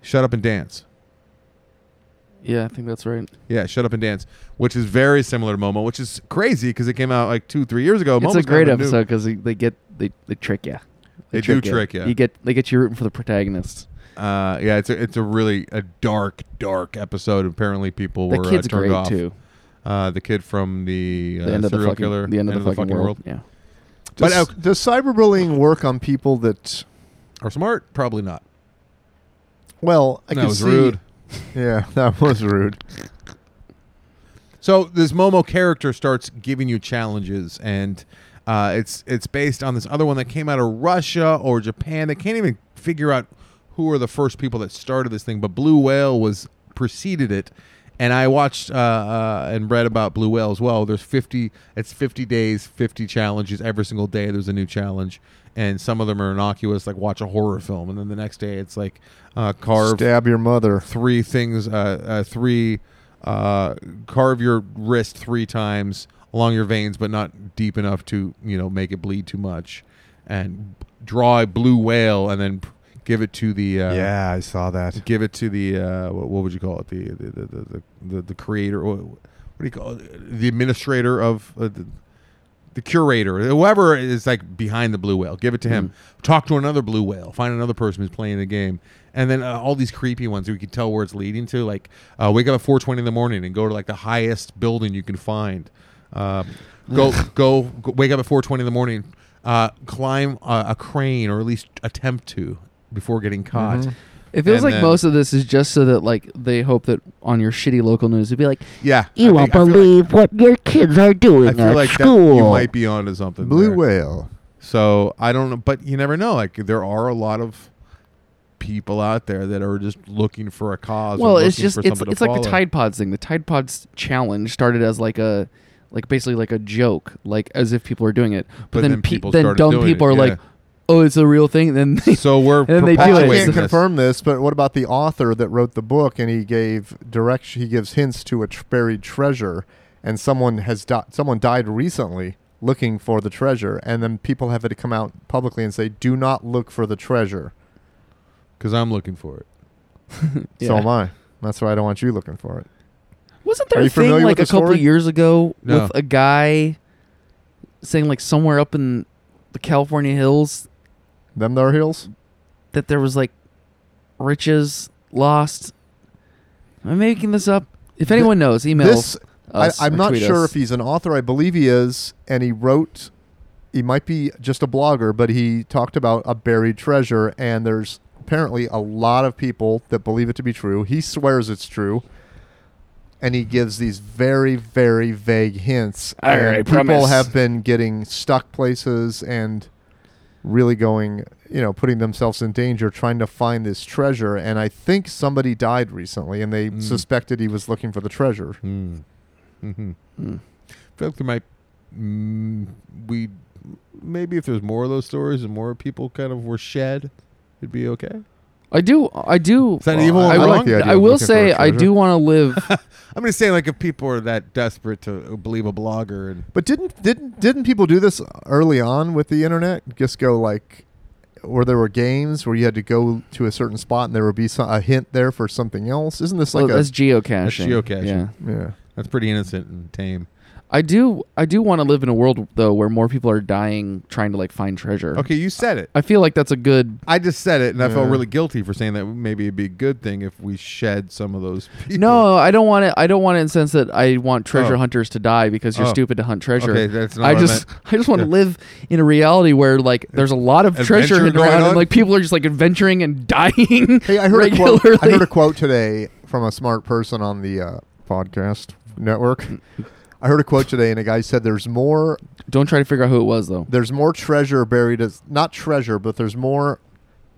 "Shut Up and Dance."
Yeah, I think that's right.
Yeah, Shut Up and Dance, which is very similar to Momo, which is crazy because it came out like two, three years ago.
it's
Momo's
a great
kind of new-
episode because they, they get they, they trick you.
They do trick ya.
You get they get you rooting for the protagonist.
Uh, yeah, it's a, it's a really a dark, dark episode. Apparently, people
The
were
kid's
uh, turned
great
off.
too.
Uh, the kid from the, uh,
The end of the
serial
fucking
killer,
the end, of the, fucking, world. Yeah.
But
Does, does cyberbullying work on people that?
uh, are smart? Probably not.
Well, I
That
can
was
see.
rude.
[laughs] Yeah, that was rude.
So this Momo character starts giving you challenges, and uh, it's it's based on this other one that came out of Russia or Japan. They can't even figure out who are the first people that started this thing, but Blue Whale was preceded it. And I watched uh, uh, and read about Blue Whale as well. There's 50. It's 50 days, 50 challenges every single day. There's a new challenge, and some of them are innocuous, like watch a horror film, and then the next day it's like uh, carve
Stab your mother.
three things, uh, uh, three uh, carve your wrist three times along your veins, but not deep enough to you know make it bleed too much, and draw a blue whale and then give it to the uh,
I saw that.
give it to the uh, what, what would you call it the the the the, the, the, the creator what, what do you call it? the administrator of uh, the, the curator whoever is like behind the blue whale give it to him talk to another blue whale find another person who's playing the game and then uh, all these creepy ones we can tell where it's leading to like uh, wake up at 4.20 in the morning and go to like the highest building you can find um, go, go go wake up at 4.20 in the morning uh, climb uh, a crane or at least attempt to before getting caught
It feels
And
like
then-
most of this is just so that like they hope that on your shitty local news it'd be like
Yeah, I
You won't
think- I feel
believe what your kids are
like-
doing
I feel
at
like that-
school.
you might be onto something.
Blue
there.
whale.
So I don't know, but you never know. Like there are a lot of people out there that are just looking for a cause. or
well it's
looking
just
for
it's
something to
it's like the
follow.
Tide Pods thing. The Tide Pods challenge started as like a like basically like a joke, like as if people are doing it. But, then
then
pe-
people
then
started
dumb
doing
people
it,
are like, "Oh, it's a real thing." Then [laughs] they,
[laughs] So we're
And they do it.
I
perpetuating
Wait,
can't
this.
confirm this, but what about the author that wrote the book and he gave direction? He gives hints to a tr- buried treasure, and someone has di- someone died recently looking for the treasure, and then people have had to come out publicly and say, "Do not look for the treasure."
because I'm looking for it.
So
Yeah.
am I. That's why I don't want you looking for it.
Wasn't there
Are
a
you
thing
familiar
like
with
a
the
couple
story?
years ago
No.
with a guy saying like somewhere up in the California hills
Them there hills.
that there was like riches lost? Am I making this up? If anyone knows, email
This
us.
I, I'm
or
not
tweet
sure
us.
if he's an author. I believe he is, and he wrote. He might be just a blogger, but he talked about a buried treasure, and there's apparently a lot of people that believe it to be true. He swears it's true, and he gives these very, very vague hints.
All
and
right,
people
promise.
have been getting stuck places and really going, you know, putting themselves in danger trying to find this treasure. And I think somebody died recently, and
Mm.
they suspected he was looking for the treasure.
Mm. Mm-hmm.
Hmm.
feel like there might mm, we maybe if there's more of those stories and more people kind of were shed, it'd be okay.
I do. I do.
Is that
Well,
evil?
I,
or
I like
wrong?
will-
the idea
I
of
will
looking for
say
a
I
treasure.
do want to
[laughs]
live.
I'm just saying, like if people are that desperate to uh, believe a blogger and
But didn't didn't didn't people do this early on with the internet? Just go like where there were games where you had to go to a certain spot and there would be some, a hint there for something else. Isn't this like
well, that's
a
geocaching.
geocaching.
Yeah.
yeah?
That's pretty innocent and tame.
I do. I do want to live in a world though where more people are dying trying to like find treasure.
Okay, you said it.
I feel like that's a good.
I just said it, and I felt really guilty for saying that. Maybe it'd be a good thing if we shed some of those. [laughs] People.
No, I don't want it. I don't want it in the sense that I want treasure
Oh.
hunters to die because you're
Oh.
stupid to hunt treasure.
Okay, that's not
I
what I
just.
meant.
I, just want to live in a reality where like there's a lot of treasure
Adventure
hidden
going
around,
on?
and like people are just like adventuring and dying.
Hey, I heard
regularly.
a quote. I heard a quote today from a smart person on the uh, podcast network. I heard a quote today, and a guy said, "There's more.
Don't try to figure out who it was though.
There's more treasure buried as not treasure, but there's more."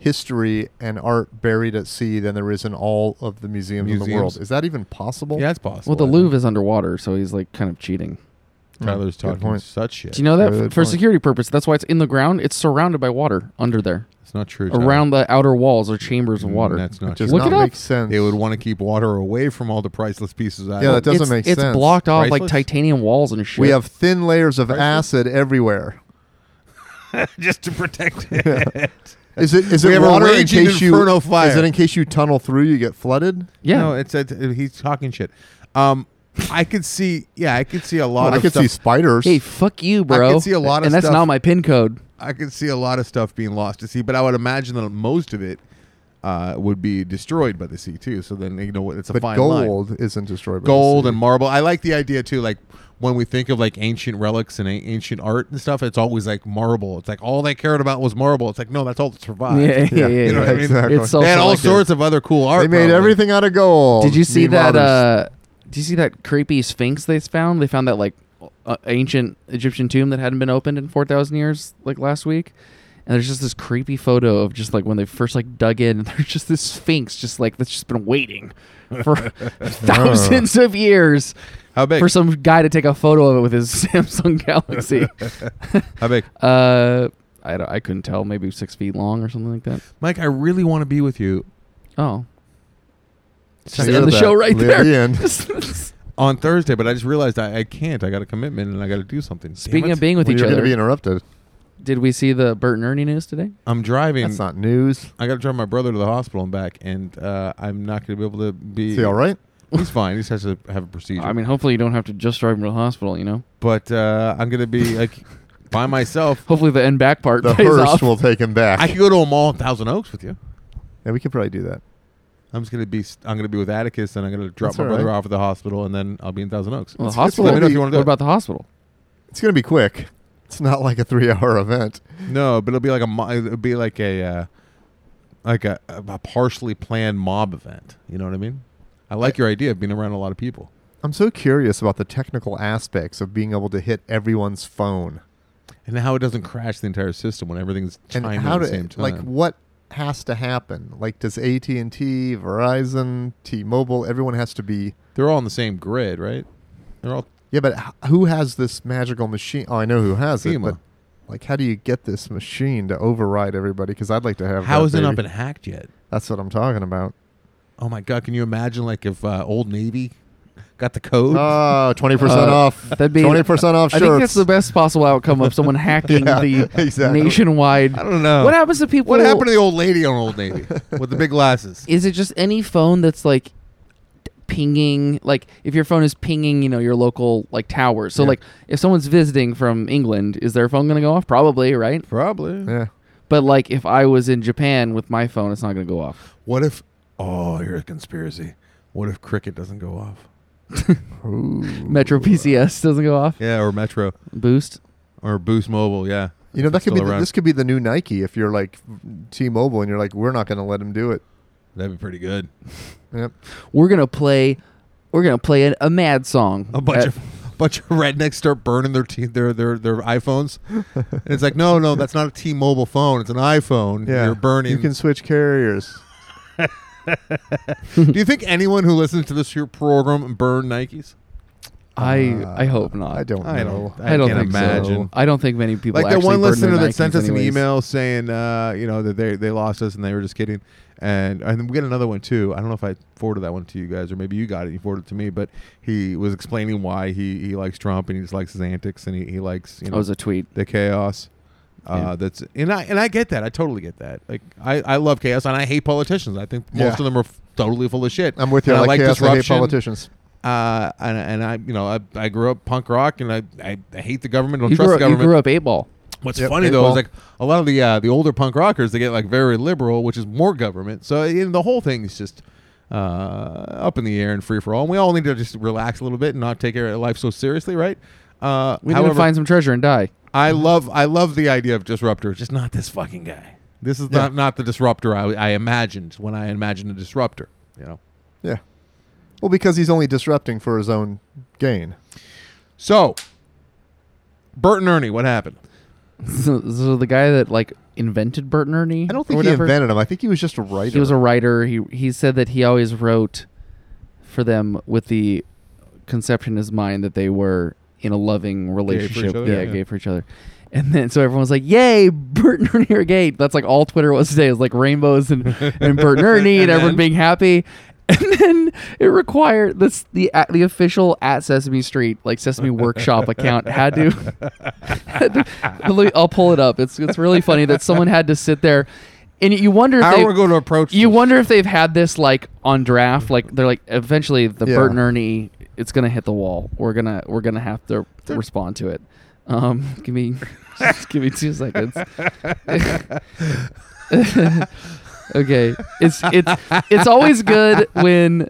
History and art buried at sea than there is in all of the museums, in the world.
Museums.
Is that even possible?
yeah, it's
Well,
possible.
the
I
Louvre is underwater, so he's like kind of cheating.
think. Tyler's
Good
talking
point.
such shit.
Do you know that
Good
for
point.
security purpose? That's why it's in the ground. It's surrounded by water under there.
it's not true. Tyler.
Around the outer walls are chambers of
Mm,
water.
That's not
It does
true.
Look
not
it up.
make sense.
They would want to keep water away from all the priceless pieces. Of
Yeah, that
iron.
doesn't
it's,
make
it's
sense.
blocked off like
Priceless?
titanium walls and shit.
we have thin layers of
Priceless?
acid everywhere.
[laughs] just to protect it.
Is it is
We
it
have a
water in
raging
case
inferno
you
fire.
is it in case you tunnel through you get flooded?
yeah.
no, it's, it's he's talking shit. Um, I could see. Yeah, I could see a lot.
Well, I
of
could
stuff.
see spiders.
hey, fuck you, bro.
see a lot of
and that's
stuff-
not my pin code.
I could see a lot of stuff being lost to sea, but I would imagine that most of it uh, would be destroyed by the sea too. So then you know what? It's a
but
fine line.
gold isn't destroyed. by
Gold
the sea.
and marble. I like the idea too. Like when we think of like ancient relics and a- ancient art and stuff, it's always like marble. It's like all they cared about was marble. It's like no, that's all that survived.
yeah, yeah,
Uh, [laughs] You know what I mean?
exactly.
It's so
They had all
selective.
sorts of other cool art.
they made
probably.
everything out of gold.
Did you see
Meme
that?
artists.
Uh, did you see that creepy sphinx they found? They found that like uh, ancient Egyptian tomb that hadn't been opened in four thousand years, like last week. And there's just this creepy photo of just like when they first like dug in, [laughs] and there's just this sphinx, just like that's just been waiting
[laughs]
for thousands of years
How big?
for some guy to take a photo of it with his [laughs] Samsung Galaxy.
How big?
uh, I don't, I couldn't tell, maybe six feet long or something like that.
Mike, I really want to be with you
Oh, just
Hear
end the
that.
show right
Near
there. [laughs]
the end.
on Thursday, but I just realized I, I can't. I got a commitment and I got to do something. Damn
Speaking
it.
of being with
Well,
each
you're going to
other,
be interrupted.
Did we see the Bert and Ernie news today?
I'm driving.
That's not news.
I got to drive my brother to the hospital and back, and uh, I'm not going to be able to be.
Is he
[laughs]
all right?
He's fine. He just has to have a procedure.
I mean, hopefully you don't have to just drive him to the hospital. You know,
but uh, I'm going to be like by myself.
hopefully the end back part
The
pays
hearse
off.
will take him back.
I could go to a mall in Thousand Oaks with you.
yeah, we could probably do that.
I'm just going to be. I'm going to be with Atticus, and I'm going to drop
That's
my
all
brother
right.
off at the hospital, and then I'll be in Thousand Oaks.
well, the
It's- it's
hospital.
Let me know if you
what
want to do
about the hospital?
It's going to be quick. It's not like a three-hour event.
it. No, but it'll be like a. mo- It'll be like a. Uh, like a, a partially planned mob event. You know what I mean? I like your idea of being around a lot of people.
I'm so curious about the technical aspects of being able to hit everyone's phone.
And how it doesn't crash the entire system when everything's
and
chiming
how
at the
do-
same time.
like what has to happen like does AT&T Verizon T-Mobile everyone has to be
They're all on the same grid, right? They're all
yeah but h- who has this magical machine oh I know who has it
FEMA.
but like how do you get this machine to override everybody cuz I'd like to have
How
that,
has it not
baby.
been hacked yet?
That's what I'm talking about.
Oh my god! Can you imagine like if uh, Old Navy got the code?
Oh, 20%
Uh,
off.
that'd be-
20% off
I
shirts.
think that's the best possible outcome of
[laughs]
someone hacking
Yeah,
the
exactly.
nationwide.
I don't know.
What happens to people?
What happened to the old lady on Old Navy with the big
[laughs]
glasses?
is it just any phone that's like pinging like if your phone is pinging you know your local like towers so
Yeah.
like if someone's visiting from england is their phone gonna go off probably right
Probably.
yeah.
but like if i was in japan with my phone it's not gonna go off
What if? Oh, you're a conspiracy. What if cricket doesn't go off?
metro pcs doesn't go off
Yeah, or Metro
boost
or Boost Mobile. Yeah.
You know that could
Still
be the,
around.
this could be the new Nike if you're like T-Mobile and you're like we're not going to let him do it.
That'd be pretty [laughs] good.
Yep.
we're gonna play we're gonna play an, a mad song
A bunch
at-
of a bunch of rednecks start burning their te- their their their iPhones, and it's like, no, no, that's not a T-Mobile phone. It's an iPhone.
Yeah.
You're burning.
You can switch carriers.
Do you think anyone who listens to this here program burn Nikes?
i
Uh,
i hope not
I don't
Ah, I
know.
don't-
i don't
can't
think so
imagine.
i don't think many people
like that
actually
one
burn their
listener that sent
Nikes
us an
anyways.
email saying, uh, you know, that they they lost us and they were just kidding, and and then we got another one too. I don't know if I forwarded that one to you guys or maybe you got it. and You forwarded it to me, but he was explaining why he he likes Trump and he just likes his antics and he, he likes you
that
know
was a tweet
the chaos. Uh,
Yeah.
That's and I and I get that. I totally get that. Like I, I love chaos and I hate politicians. I think most
Yeah.
of them are f- totally full of shit.
I'm with you.
And
I
I
like chaos. I hate
disruption.
politicians.
Uh, and, and I, you know, I, I grew up punk rock, and I, I, I hate the government. Don't
You
trust
grew,
the
up, you
government.
grew up eight ball.
What's
Yep,
funny
eight
though
ball.
is like a lot of the uh, the older punk rockers they get like very liberal, which is more government. So you know, the whole thing's just uh, up in the air and free for all. And we all need to just relax a little bit and not take our life so seriously, right? Uh,
We need
however,
to find some Mm-hmm. treasure and die.
I love I love the idea of disruptor, just not this fucking guy. This is not not the disruptor I, I imagined when I imagined a disruptor. You know.
Yeah. Well, because he's only disrupting for his own gain.
So, Bert and Ernie, what happened?
So, so the guy that like invented Bert and Ernie.
I don't
or
think he
whatever,
invented him. I think he was just a writer.
He was a writer. He he said that he always wrote for them with the conception in his mind that they were in a loving relationship.
other?
yeah,
Yeah.
gay for each other. And then so everyone was like, "Yay, Bert and Ernie are gay." That's like all Twitter was today. It was like rainbows and and Bert and Ernie and,
[laughs] And
everyone
then?
being happy. [laughs] And then it required this the at the official at Sesame Street like Sesame Workshop account had to [laughs] Look, I'll pull it up. It's it's really funny that someone had to sit there, and you wonder if
How
they,
we're going to approach
You
this.
wonder if they've had this like on draft. Like they're like eventually the
Yeah.
Bert and Ernie, it's gonna hit the wall. We're gonna we're gonna have to respond to it. Um, [laughs] give me just give me two seconds. [laughs] okay, it's it's it's always good when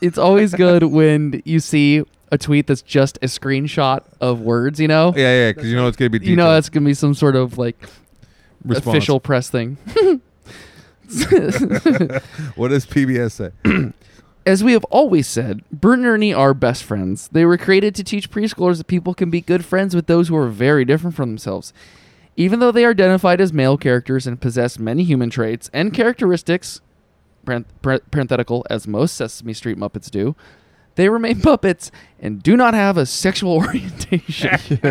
it's always good when you see a tweet that's just a screenshot of words. You know,
Yeah, yeah, because you know it's going to be
you know
detailed
that's gonna be some sort of like
response.
official press
[laughs]
thing.
What does PBS say?
As we have always said, Bert and Ernie are best friends. They were created to teach preschoolers that people can be good friends with those who are very different from themselves. Even though they are identified as male characters and possess many human traits and characteristics, parenth- par- parenthetical as most Sesame Street Muppets do, they remain [laughs] puppets and do not have a sexual [laughs] orientation.
[laughs]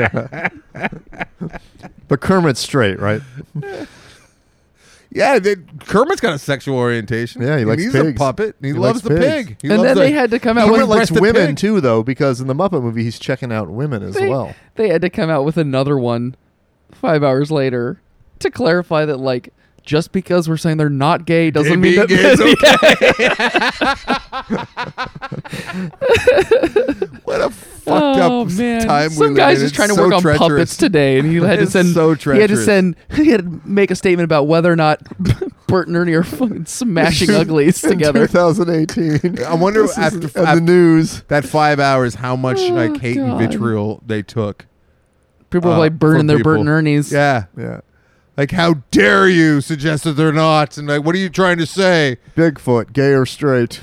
but Kermit's
[laughs]
straight, right?
Yeah, they, Kermit's got a sexual orientation.
Yeah, he
And
likes
he's a
pigs.
puppet. and He,
He
loves
likes
the
pigs.
pig. He
and
loves
then
the-
they had to come out
Kermit
with
likes
breasted
women
pig.
too, though, because in the Muppet movie he's checking out women as
they,
well.
They had to come out with another one five hours later to clarify that, like, just because we're saying they're not gay doesn't
It
mean
being
that
gay is [laughs]
[laughs]
what a fucked
oh,
up
man.
time we
Some
live
guy's just
in. It's
trying to
so
work on
treacherous.
puppets today, and he had to
It's
send.
so
he had to
treacherous.
[laughs]
send. [laughs] He had to make a statement about whether or not [laughs] Bert and Ernie are fucking
[laughs]
smashing uglies
In
together. Oh.
2018.
I wonder
This is
after-
in
after-
the news.
That five hours, how much
Oh,
like hate
God.
and vitriol they took.
People were
uh,
like burning
from
their Bert
people.
and Ernie's.
Yeah,
Yeah,
like how dare you suggest that they're not? And like, what are you trying to say?
Bigfoot, gay or straight.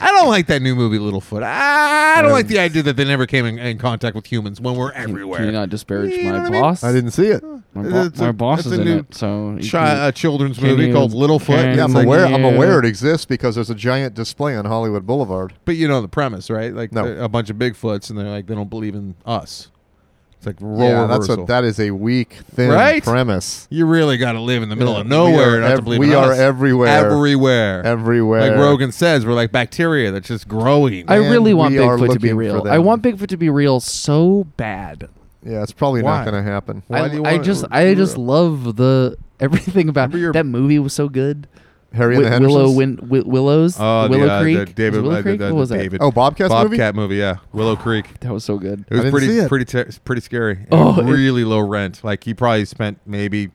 I don't like that new movie, Littlefoot. I don't like the idea that they never came in, in contact with humans when we're
Can-
everywhere.
Can you not disparage
You know
my
what I mean?
boss?
I didn't see it.
My, bo-
It's a-
my boss
it's
is
a
in
new uh,
it, so you
Chi-
can't-
a children's
can
movie
you-
called Littlefoot.
can
Yeah,
It's
I'm
like-
aware. I'm
yeah.
aware it exists because there's a giant display on Hollywood Boulevard.
But you know the premise, right? Like
No.
a bunch of Bigfoots, and they're like they don't believe in us. It's like role
Yeah, that's
reversal.
a, that is a weak, thin
Right?
premise.
you really got to live in the middle
Yeah,
of nowhere
we are
not to
ev-
believe
we
in
are
us.
everywhere.
everywhere,
Everywhere,
Like Rogan says, we're like bacteria that's just growing.
I
And
really want
we are
Bigfoot to be
looking for
real.
them.
I want Bigfoot to be real so bad.
Yeah, it's probably
Why?
not going to happen.
Why
I,
do you
I
want it
just
to be
I just
real?
love the everything about
Remember your-
that movie was so good.
Harry and
Wi-
the Hendersons.
Willow Win- Wi- Willows
Oh,
Willow
the, uh,
Creek
the
Was
David,
it Willow
uh,
Creek
the,
what
the
was that?
David,
Oh, Bobcat's movie?
Bobcat movie, yeah, Willow Creek.
That was so good.
It was
didn't see
pretty,
it.
pretty, ter- pretty scary. and
Oh, it-
really low rent. Like he probably spent maybe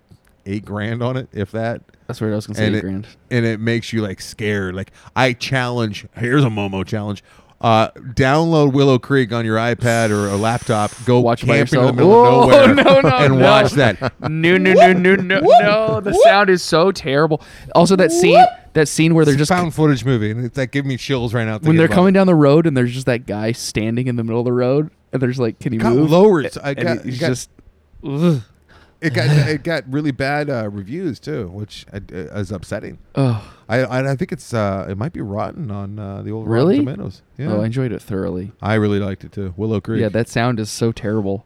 eight grand on it, if that.
That's where I was gonna say
and
eight
it,
grand.
and it makes you like scared. Like I challenge. Here's a Momo challenge. Uh, download Willow Creek on your iPad or a laptop. Go
Watch by
camping in the
yourself.
middle
Whoa, [laughs]
of
no,
nowhere
no,
and
no.
watch
[laughs]
that.
[laughs] No no no no no no. The sound is so terrible. Also that scene that scene where they're
It's
just
a found footage movie, and it's like giving me chills right now.
when
thinking
they're
about
coming down the road and there's just that guy standing in the middle of the road and there's like can you
it. Got
move?
lower. It's- I
And
got,
he's
got-
just ugh.
it got
[laughs]
it got really bad uh, reviews too, which uh, is upsetting.
Oh,
I, I I think it's uh it might be rotten on uh, the old
Really?
Rotten Tomatoes. Yeah,
oh, I enjoyed it thoroughly.
I really liked it too. Willow Creek.
Yeah, that sound is so terrible.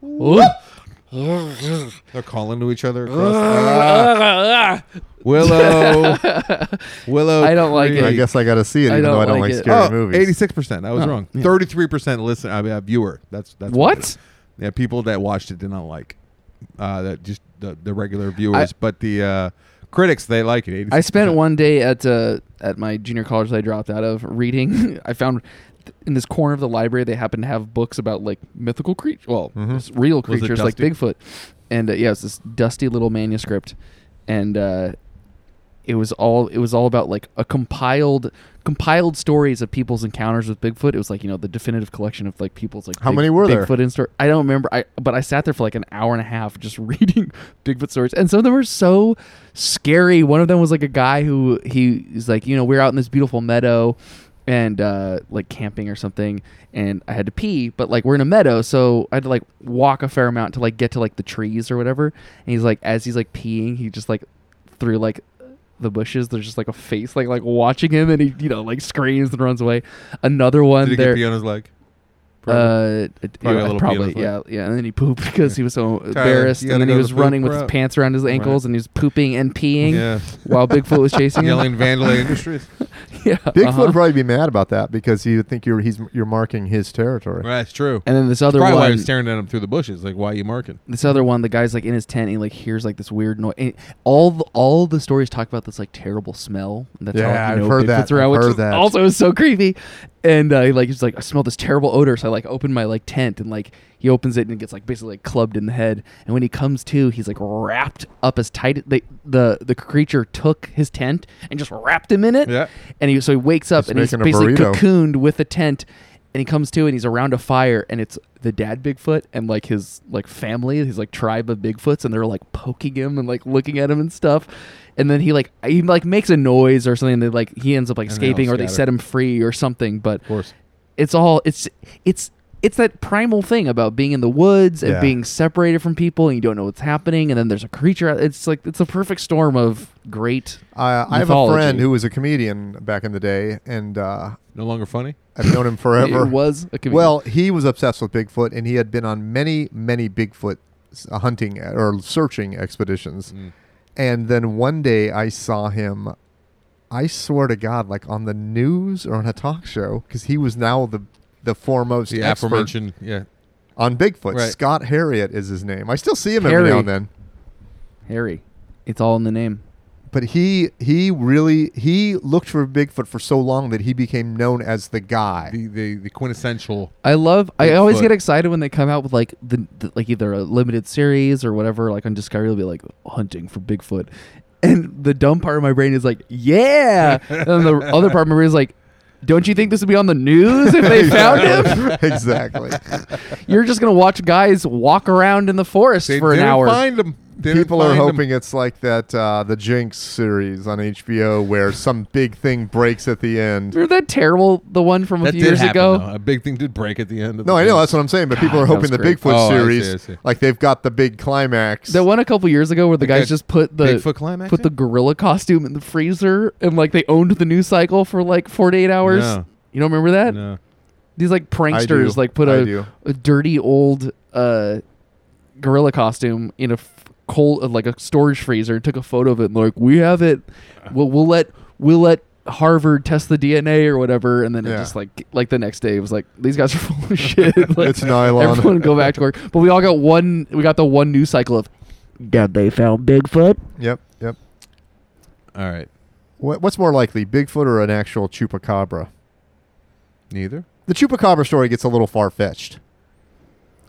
They're calling to each other. Across
[laughs]
Willow. Willow. Oh,
I don't like it.
I guess I got to see it,
I
even though
don't
I don't
like
like,
it.
scary movies.
Eighty-six percent. I was
Oh,
wrong.
yeah.
Thirty-three percent listen. I mean, uh, viewer. That's that's it
[laughs]
is.
What?
Yeah, people that watched it did not like. Uh, that just the, the regular viewers, but the uh, Critics they like it.
I
[laughs]
spent one day at uh, at my junior college that I dropped out of reading. [laughs] I found th- in this corner of the library they happened to have books about like mythical creatures, well,
Mm-hmm.
s- real
Was it
creatures like
dusty?
Bigfoot, and uh, yeah, it's this dusty little manuscript, and uh, it was all it was all about like a compiled compiled stories of people's encounters with Bigfoot. It was like you know the definitive collection of like people's like
How many were there?
Bigfoot in store. I don't remember. I but I sat there for like an hour and a half just [laughs] reading Bigfoot stories, and some of them were so scary. One of them was like a guy who he was like you know we're out in this beautiful meadow. And uh, like camping or something, and I had to pee, but like we're in a meadow, so I had to like walk a fair amount to like get to like the trees or whatever. And he's like, as he's like peeing, he just like through like the bushes. There's just like a face like like watching him, and he you know like screams and runs away. Another one
Did he get
there.
pee on his leg?
Uh, it-
Probably a
yeah,
little
probably
pee on
yeah, yeah. And then he pooped [laughs] because he was so embarrassed,
you
and
gotta
then
go
he
to
was
the
running
poop
with his
route.
pants around his ankles, and he was pooping and peeing
Yeah.
while Bigfoot
[laughs]
was chasing him. [laughs]
Yelling Vandalay Industries.
yeah,
Bigfoot
uh-huh.
would probably be mad about that because he would think you're he's you're marking his territory.
Right, that's true.
And then this other
Probably why he
one,
was staring at him through the bushes. Like, why are you marking?
this other one, the guy's like in his tent, and he like hears like this weird noise. And all the, all the stories talk about this like terrible smell. And that's
Yeah,
how
I've
you know
heard that.
Bigfoot's around,
I've
which
heard
is
that.
also is so creepy. And uh, he, like he's like, I smell this terrible odor, so I like open my like tent, and like he opens it and gets like basically like clubbed in the head. And when he comes to, he's like wrapped up as tight. They, the the creature took his tent and just wrapped him in it.
Yeah.
And he so he wakes up
He's
and he's
making a
basically
burrito.
cocooned with a tent and he comes to and he's around a fire and it's the dad bigfoot and like his like family his like tribe of bigfoots and they're like poking him and like looking at him and stuff and then he like he like makes a noise or something that like he ends up like
And they all
escaping or they
scatter.
set him free or something but
Of course.
it's all it's it's it's that primal thing about being in the woods and
Yeah.
being separated from people and you don't know what's happening and then there's a creature out- it's like it's a perfect storm of great
Uh, I have a
Mythology.
friend who was a comedian back in the day, and uh,
No longer funny.
I've known him forever.
it was a comedian.
Well, he was obsessed with Bigfoot, and he had been on many, many Bigfoot s- uh, hunting or searching expeditions.
Mm.
Mm.
And then one day I saw him, I swear to God, like on the news or on a talk show, because he was now the the foremost
The
expert
aforementioned. Yeah.
on Bigfoot.
Right.
Scott Harriet is his name. I still see him every
Harry.
now and then.
harry it's all in the name
But he he really he looked for Bigfoot for so long that he became known as the guy.
The, the, the quintessential.
I love. I
Bigfoot.
always get excited when they come out with like the, the like either a limited series or whatever. Like on Discovery, they'll be like hunting for Bigfoot, [laughs] and the dumb part of my brain is like, yeah, and then the other part of my brain is like. Don't you think this would be on the news if [laughs]
[laughs]
they found him?
[laughs]
[laughs]
exactly.
You're just gonna watch guys walk around in the forest
They
for an
didn't
hour.
Find him. Didn't
People are
find 'em.
hoping it's like that uh, the Jinx series on HBO where some big thing breaks at the end.
Remember that terrible the one from a
That
few
did
years
happen,
ago?
though. A big thing did break at the end. Of
No,
the
I know
thing.
that's what I'm saying, but people are
God, that
hoping the
was great.
Bigfoot
Oh, I see,
series,
I see.
like they've got the big climax.
That one a couple years ago where the
Like
guys
a
just put the
Bigfoot climax
put the
in?
gorilla costume in the freezer and like they owned the news cycle for like 48 hours.
No.
You don't remember that?
No.
These like pranksters
do.
like put
I
a,
do.
a dirty old uh, gorilla costume in a f- cold uh, like a storage freezer and took a photo of it and like we have it. We'll, we'll let we'll let Harvard test the DNA or whatever, and then it
Yeah.
just like like the next day it was like these guys are full of [laughs]
[laughs]
shit. Like,
It's nylon.
Everyone go back to work, but we all got one. We got the one news cycle of
That they found Bigfoot?
[laughs] Yep, yep.
All right.
What, what's more likely, Bigfoot or an actual chupacabra?
Neither.
The chupacabra story gets a little far fetched.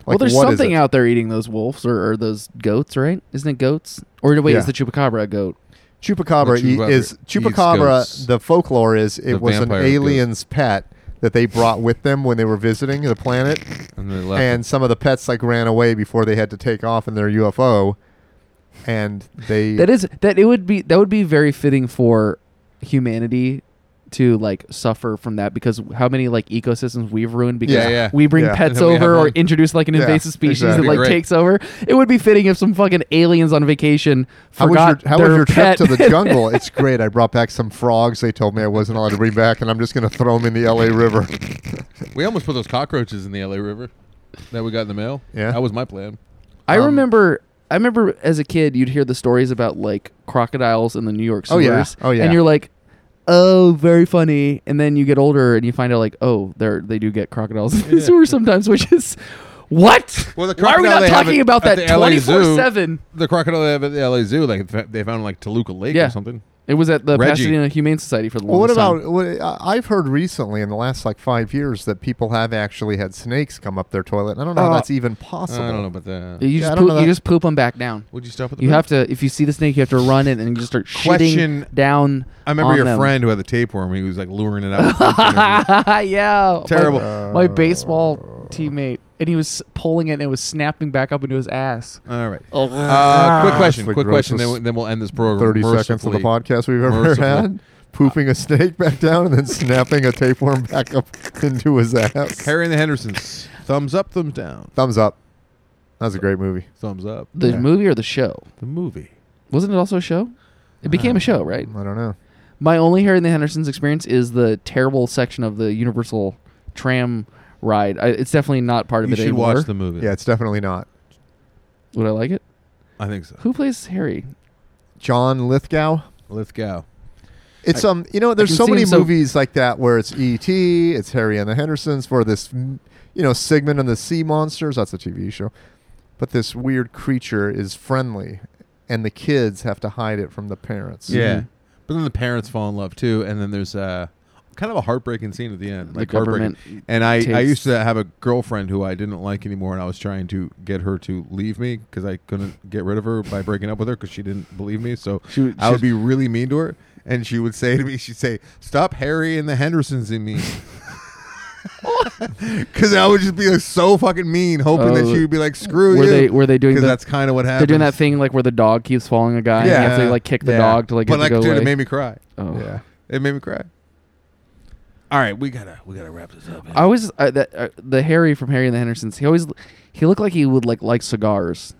well, there's something out there eating those wolves or, or those goats, right? Isn't it goats? Or wait,
Yeah.
is the chupacabra a goat?
Chupacabra,
The
e-
chupacabra
is
eats goats.
chupacabra. The folklore is it
The
was an
vampire goat.
alien's pet that they brought with them when they were visiting the planet.
And they left.
and some of the pets like ran away before they had to take off in their UFO, and they
That is that it would be that would be very fitting for humanity to like suffer from that because how many like ecosystems we've ruined because
Yeah, yeah.
we bring
Yeah.
pets
[laughs]
And then we
over
have
or
one.
introduce like an
Yeah,
invasive species
exactly.
that like
Great.
takes over. It would be fitting if some fucking aliens on vacation
how was your
forgot
how
their
was your trip
pet.
to the
[laughs]
jungle? it's great. I brought back some frogs. They told me I wasn't allowed to bring back, and I'm just gonna throw them in the LA River.
we almost put those cockroaches in the LA River that we got in the mail.
Yeah.
That was my plan.
I
Um,
remember. I remember as a kid, you'd hear the stories about like crocodiles in the New York
Oh,
sewers.
yeah. Oh, yeah.
And you're like, oh, very funny. And then you get older and you find out like, oh, they are they do get crocodiles in the
Yeah.
sewers sometimes, which is What?
Well, the
Why are we
crocodile
not
they have
talking
at-
about
at
that
the LA
twenty
Zoo-
four seven?
The crocodile they have at the LA Zoo, like fa- they found like Toluca Lake
Yeah.
or something.
It was at the
Reggie.
Pasadena Humane Society for the
Well, what
longest
about?
time.
What, I- I've heard recently in the last like five years that people have actually had snakes come up their toilet. and I don't know how
Uh,
that's even possible.
I don't know about that.
You
Yeah, I
just
don't know
poop, you
that-
just poop them back down.
Would you stop at the?
You
bridge?
have to if you see the snake, you have to run it and just start
Question-
shitting down.
I remember
on
your
them.
friend who had the tapeworm. He was like luring it
[laughs]
out.
yeah,
Terrible.
My, my baseball teammate, and he was pulling it, and it was snapping back up into his ass.
All right.
Oh,
Uh, quick question.
the
Quick question. Then,
grossest
we- then we'll end this program.
Thirty seconds of the
mercifully.
podcast we've ever
merciful.
had. Pooping a snake back down and then snapping a tapeworm back up into his ass.
Harry and the Hendersons. Thumbs up. Thumbs down.
Thumbs up. That was a great movie.
Thumbs up.
the movie or the show?
The movie.
Wasn't it also a show? It became
Uh,
a show, right?
I don't know.
My only Harry and the Hendersons experience is the terrible section of the Universal tram ride. I, it's definitely not part of
You
it
should
anymore.
watch the movie.
Yeah, it's definitely not.
Would I like it?
I think so.
Who plays Harry?
John Lithgow.
Lithgow.
It's um, you know,
can
there's so
see
many
him so-
movies like that where it's E.T., it's Harry and the Hendersons, for this, mm, you know, Sigmund and the Sea Monsters. That's a TV show, but this weird creature is friendly, and the kids have to hide it from the parents.
Yeah.
Mhm.
But then the parents fall in love too, and then there's uh, kind of a heartbreaking scene at the end.
The
Like heartbreaking.
government
And I, I
takes-
used to have a girlfriend who I didn't like anymore, and I was trying to get her to leave me because I couldn't get rid of her by breaking up with her because she didn't believe me. So
She would-
I would
she
be really mean to her, and she would say to me, she'd say, "Stop Harry and the Hendersons in
[laughs]
me." Because I would just be like, so fucking mean, hoping that
Oh.
she would be like, "Screw
Were
you."
they were they doing
Because
the,
that's kind of what
they're
happened.
doing that thing like where the dog keeps following a guy and you have to like kick the dog to like get
But
it
like,
to go
dude,
away.
it made me cry.
oh.
yeah.
It made me cry. All right, we gotta we gotta wrap this up. eh?
I always uh, that uh, the Harry from Harry and the Hendersons. He always he looked like he would like like cigars.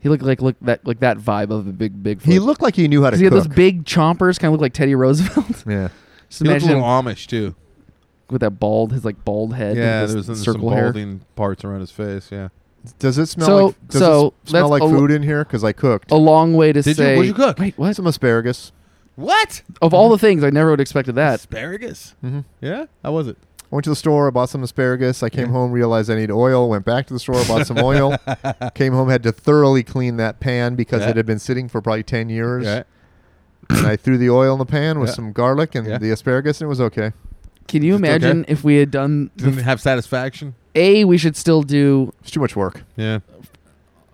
He looked like look that like that vibe of a big big.
He looked like he knew how to
he had
cook.
those big chompers, kind of look like Teddy Roosevelt. [laughs]
yeah,
Just
He looked a
imagine
little
him
Amish too.
with that bald, his like bald head.
Yeah,
with his
there was some some
circle hair.
balding parts around his face. Yeah.
does it smell?
So-
like, does
so
it smell
let's
like
al-
food in here? Because I cooked
A
Oh,
long way to
Did you-
say.
what'd you cook?
Wait, what?
some asparagus.
What?
Of all the things, I never would have expected that.
Asparagus.
Mm-hmm.
Yeah, how was it?
I went to the store, I bought some asparagus. I came home, realized I need oil. Went back to the store, bought
[laughs]
some oil. Came home, had to thoroughly clean that pan because
Yeah.
it had been sitting for probably ten years.
Yeah.
and I threw the oil in the pan with
Yeah.
some garlic and
Yeah.
the asparagus, and it was okay.
Can you
Is it okay?
imagine if we had done the
Didn't have satisfaction.
a? We should still do
It's too much work.
Yeah,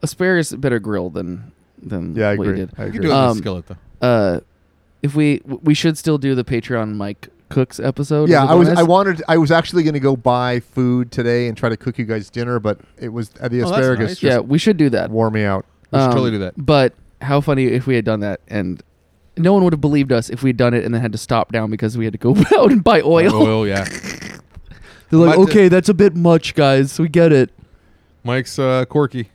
asparagus better grilled than than
Yeah, I
what you
agree.
did.
I
you can
agree.
do it
Um,
with a skillet though.
uh if we w- we should still do the Patreon Mike Cooks episode.
yeah,
as a
I was.
bonus.
I wanted. I was actually going to go buy food today and try to cook you guys dinner, but it was uh, the
Oh, that's
asparagus
nice.
just
Yeah, we should do that. Um,
wore me out.
We should totally do that.
But how funny if we had done that and no one would have believed us if we had done it and then had to stop down because we had to go [laughs] out and buy oil.
Oil, yeah.
[laughs] They're like,
But the-
okay, that's a bit much, guys. We get it.
Mike's uh, quirky.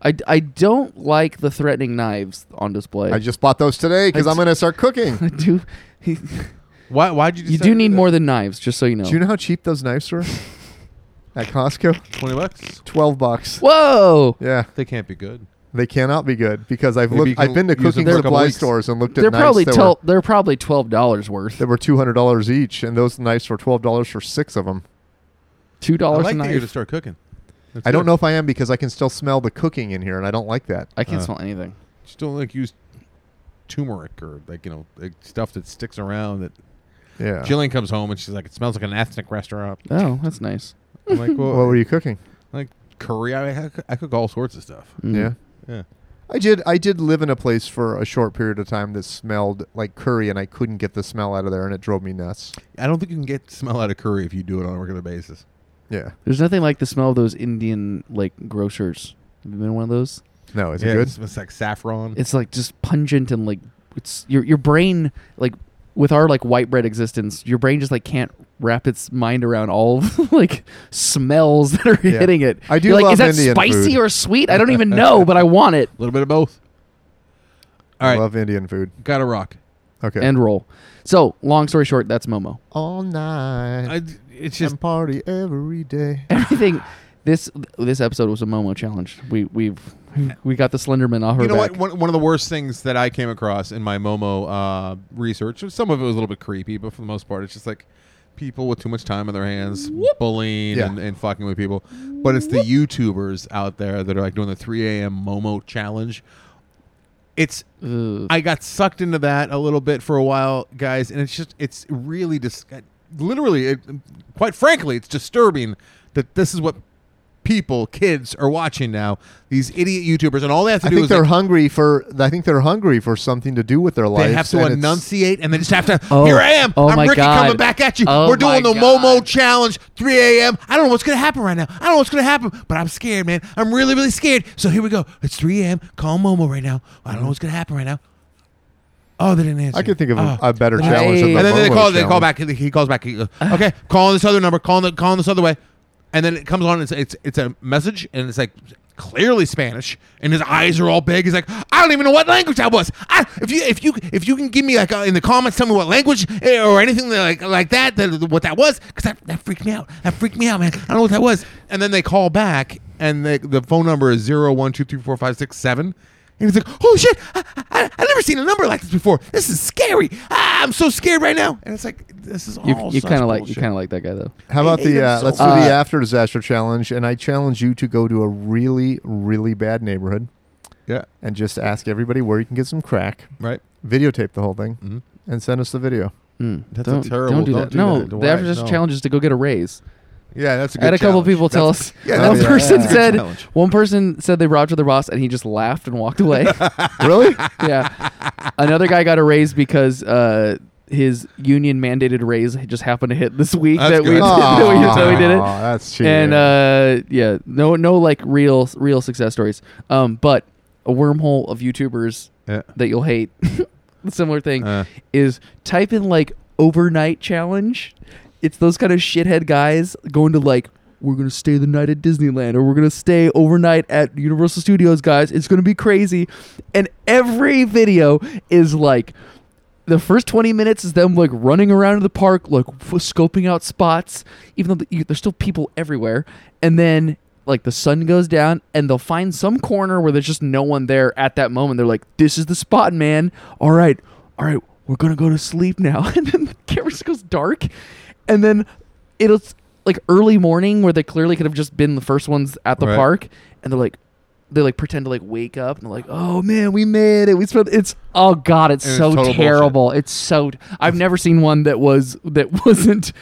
I, I don't like the threatening knives on display.
I just bought those today because
I
I'm
t-
going to
[laughs]
start cooking.
[laughs] I do. [laughs] You
Why? Why'd you? decide
do
to
need
that?
more than knives, just so you know.
Do you know how cheap those knives
[laughs]
were at Costco?
Twenty bucks.
Twelve bucks.
Whoa!
Yeah,
They can't be good.
they cannot be good because I've
Maybe you
looked.
can
I've been to
use them
cooking
for a couple
supply
weeks.
stores and looked at
They're
knives
probably
that
tel-
were
they're probably twelve dollars worth.
that were two hundred dollars each, and those knives were twelve dollars for six of them.
Two
I
dollars
like
a
that you to
knife.
start cooking. That's
I don't
good.
know if I am because I can still smell the cooking in here, and I don't like that.
I can't
Uh.
smell anything.
Just don't like use turmeric or like you know like stuff that sticks around. That
Yeah.
Jillian comes home and she's like, it smells like an ethnic
[laughs]
restaurant.
Oh, that's nice.
I'm like, well,
what were you cooking?
like curry. I, I, cook- I cook all sorts of stuff.
Mm.
Yeah.
Yeah.
I did. I did live in a place for a short period of time that smelled like curry, and I couldn't get the smell out of there, and it drove me nuts.
I don't think you can get smell out of curry if you do it on a regular basis.
Yeah.
There's nothing like the smell of those Indian like grocers. Have you been to one of those?
No, is
yeah,
it good?
It's, it's like saffron.
It's like just pungent and like it's your your brain like with our like white bread existence, your brain just like can't wrap its mind around all of [laughs] like smells that are
Yeah.
hitting it.
I do
You're like,
love
is that
Indian
spicy
food.
or sweet? I don't even
[laughs]
know, but I want it.
a little bit of both. All
I
right,
love Indian food.
gotta rock.
Okay.
End roll. So long story short, that's Momo. [laughs]
all night
I, it's just
and party every day.
Everything. This this episode was a Momo challenge. We we've we got the Slenderman off her
you know
back.
what one, one of the worst things that I came across in my Momo uh, research. Some of it was a little bit creepy, but for the most part, it's just like people with too much time on their hands bullying
Yeah.
and, and fucking with people. But it's the YouTubers out there that are like doing the 3 a.m. Momo challenge. It's
Ugh.
I got sucked into that a little bit for a while, guys, and it's just it's really dis- literally, it, quite frankly, it's disturbing that this is what people, kids, are watching now. These idiot YouTubers, and all they have to
I
do
think
is
they're
like,
hungry for. I think they're hungry for something to do with their life.
they have to enunciate, and they just have to.
Oh.
Here I am.
Oh
I'm
my
Ricky
God.
coming back at you.
Oh
We're doing
my
the
God.
Momo challenge, 3 a.m. I don't know what's gonna happen right now. I don't know what's gonna happen, but I'm scared, man. I'm really, really scared. So here we go. It's 3 a.m. Call Momo right now. I don't know what's gonna happen right now. Oh, they didn't answer.
I can think of a,
Oh.
a better
Hey.
challenge. Than the
and then they
Momo
call. They call
challenge.
back. He he calls back. He goes, okay, call this other number. Call the, call this other way, and then it comes on. And it's it's it's a message, and it's like clearly Spanish, and his eyes are all big. He's like, I don't even know what language that was. I, if you if you if you can give me like uh, in the comments, tell me what language eh, or anything that, like like that, that what that was, because that, that freaked me out. That freaked me out, man. I don't know what that was. And then they call back, and the the phone number is zero one two three four five six seven. And he's like, "Oh shit! I, I, I've never seen a number like this before. This is scary. Ah, I'm so scared right now." And it's like, "This is all."
You, you
such
kind of like you
bullshit.
kind of like that guy though.
How about
hate
the?
him
Uh,
so
let's do
much.
the
Uh,
after disaster challenge, and I challenge you to go to a really, really bad neighborhood
yeah,
and just ask everybody where you can get some crack.
right.
Videotape the whole thing
Mhm.
and send us
[laughs]
the video.
Mm.
That's a
don't,
terrible-
Don't do
don't
that.
do
no,
that,
the
Dwight,
average just
no.
challenge is to go get a raise.
Yeah, that's a
I had a couple people tell us.
Yeah,
one
that's a-
person
that's a good
said.
challenge.
One person said they robbed the Ross, and he just laughed and walked
[laughs]
away.
really?
yeah. Another guy got a raise because uh, his union mandated raise just happened to hit this week
That's
[laughs] that we,
good.
that we, that we did it.
Aw, That's cheating.
and uh, yeah, no, no, like real, real success stories. Um, but a wormhole of YouTubers
Yeah.
that you'll hate. [laughs] similar thing
Uh.
is type in like overnight challenge. It's those kind of shithead guys going to like. We're gonna stay the night at Disneyland, or we're gonna stay overnight at Universal Studios, guys. It's gonna be crazy, and every video is like, the first 20 minutes is them like running around the park like f- scoping out spots even though the, you, there's still people everywhere and then like the sun goes down and they'll find some corner where there's just no one there at that moment they're like this is the spot man all right all right we're gonna go to sleep now [laughs] and then the camera just goes dark and then it'll like early morning where they clearly could have just been the first ones at the
Right.
park and they're like they like pretend to like wake up and they're like, "Oh man, we made it. We spent." It's oh god, it's
And it's
so
total
terrible. It's so I've never seen one that was that [laughs] wasn't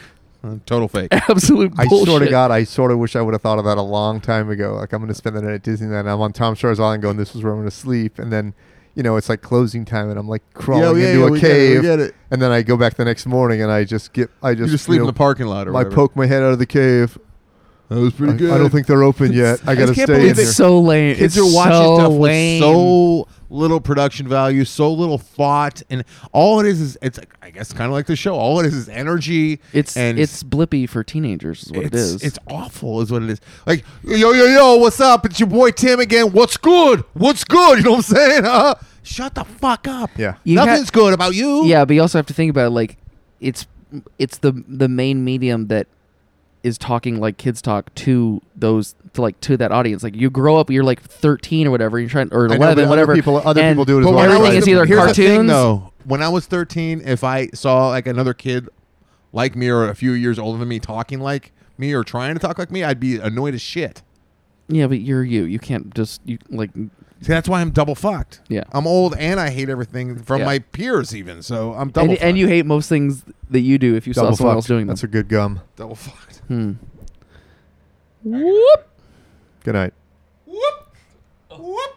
uh,
[laughs]
Total fake.
absolute
I
bullshit.
swear to God, I sort of wish I would have thought of that a long time ago. Like I'm going to spend the night at Disneyland. I'm on Tom Shore's Island, going, "This is where I'm going to sleep." And then, you know, it's like closing time, and I'm like crawling
yeah,
into
yeah,
a
we get it, we
cave.
get it.
And then I go back the next morning, and I just get, I
You
just,
just sleep
you
in
know,
the parking lot or
I
whatever.
poke my head out of the cave.
That was
I,
pretty
I
good.
don't think they're open yet. I got
can't
to stay in
believe
here.
it.
it's so lame.
[laughs]
it's
kids are watching
so
stuff
lame.
with so little production value, so little thought, and all it is is it's like, I guess kind of like the show. All it is is energy.
it's
and
it's blippy for teenagers is what
it's,
it is.
It's awful, is what it is. Like, yo, yo, yo, what's up? It's your boy Tim again. What's good? What's good? You know what I'm saying? Huh? Shut the fuck up.
Yeah.
You
Nothing's
ha-
good about you.
yeah, but you also have to think about like it's it's the the main medium that is talking like kids talk to those to like to that audience. Like you grow up, you're like 13 or whatever, you're trying or
know,
11,
but other
whatever.
people- other
and
people do it as well.
when I
Everything
was-
is either
here's the thing,
cartoons.
though. When I was 13, if I saw like another kid like me or a few years older than me talking like me or trying to talk like me, I'd be annoyed as shit.
Yeah, but you're you. You can't just you like.
See, that's why I'm double fucked.
Yeah.
I'm old and I hate everything from
Yeah.
my peers, even. So I'm double
And,
fucked.
and you hate most things that you do if you saw
Double
someone
fuck.
else doing them.
That's a good gum.
double fucked.
hmm. Whoop.
Good night.
Whoop. Whoop.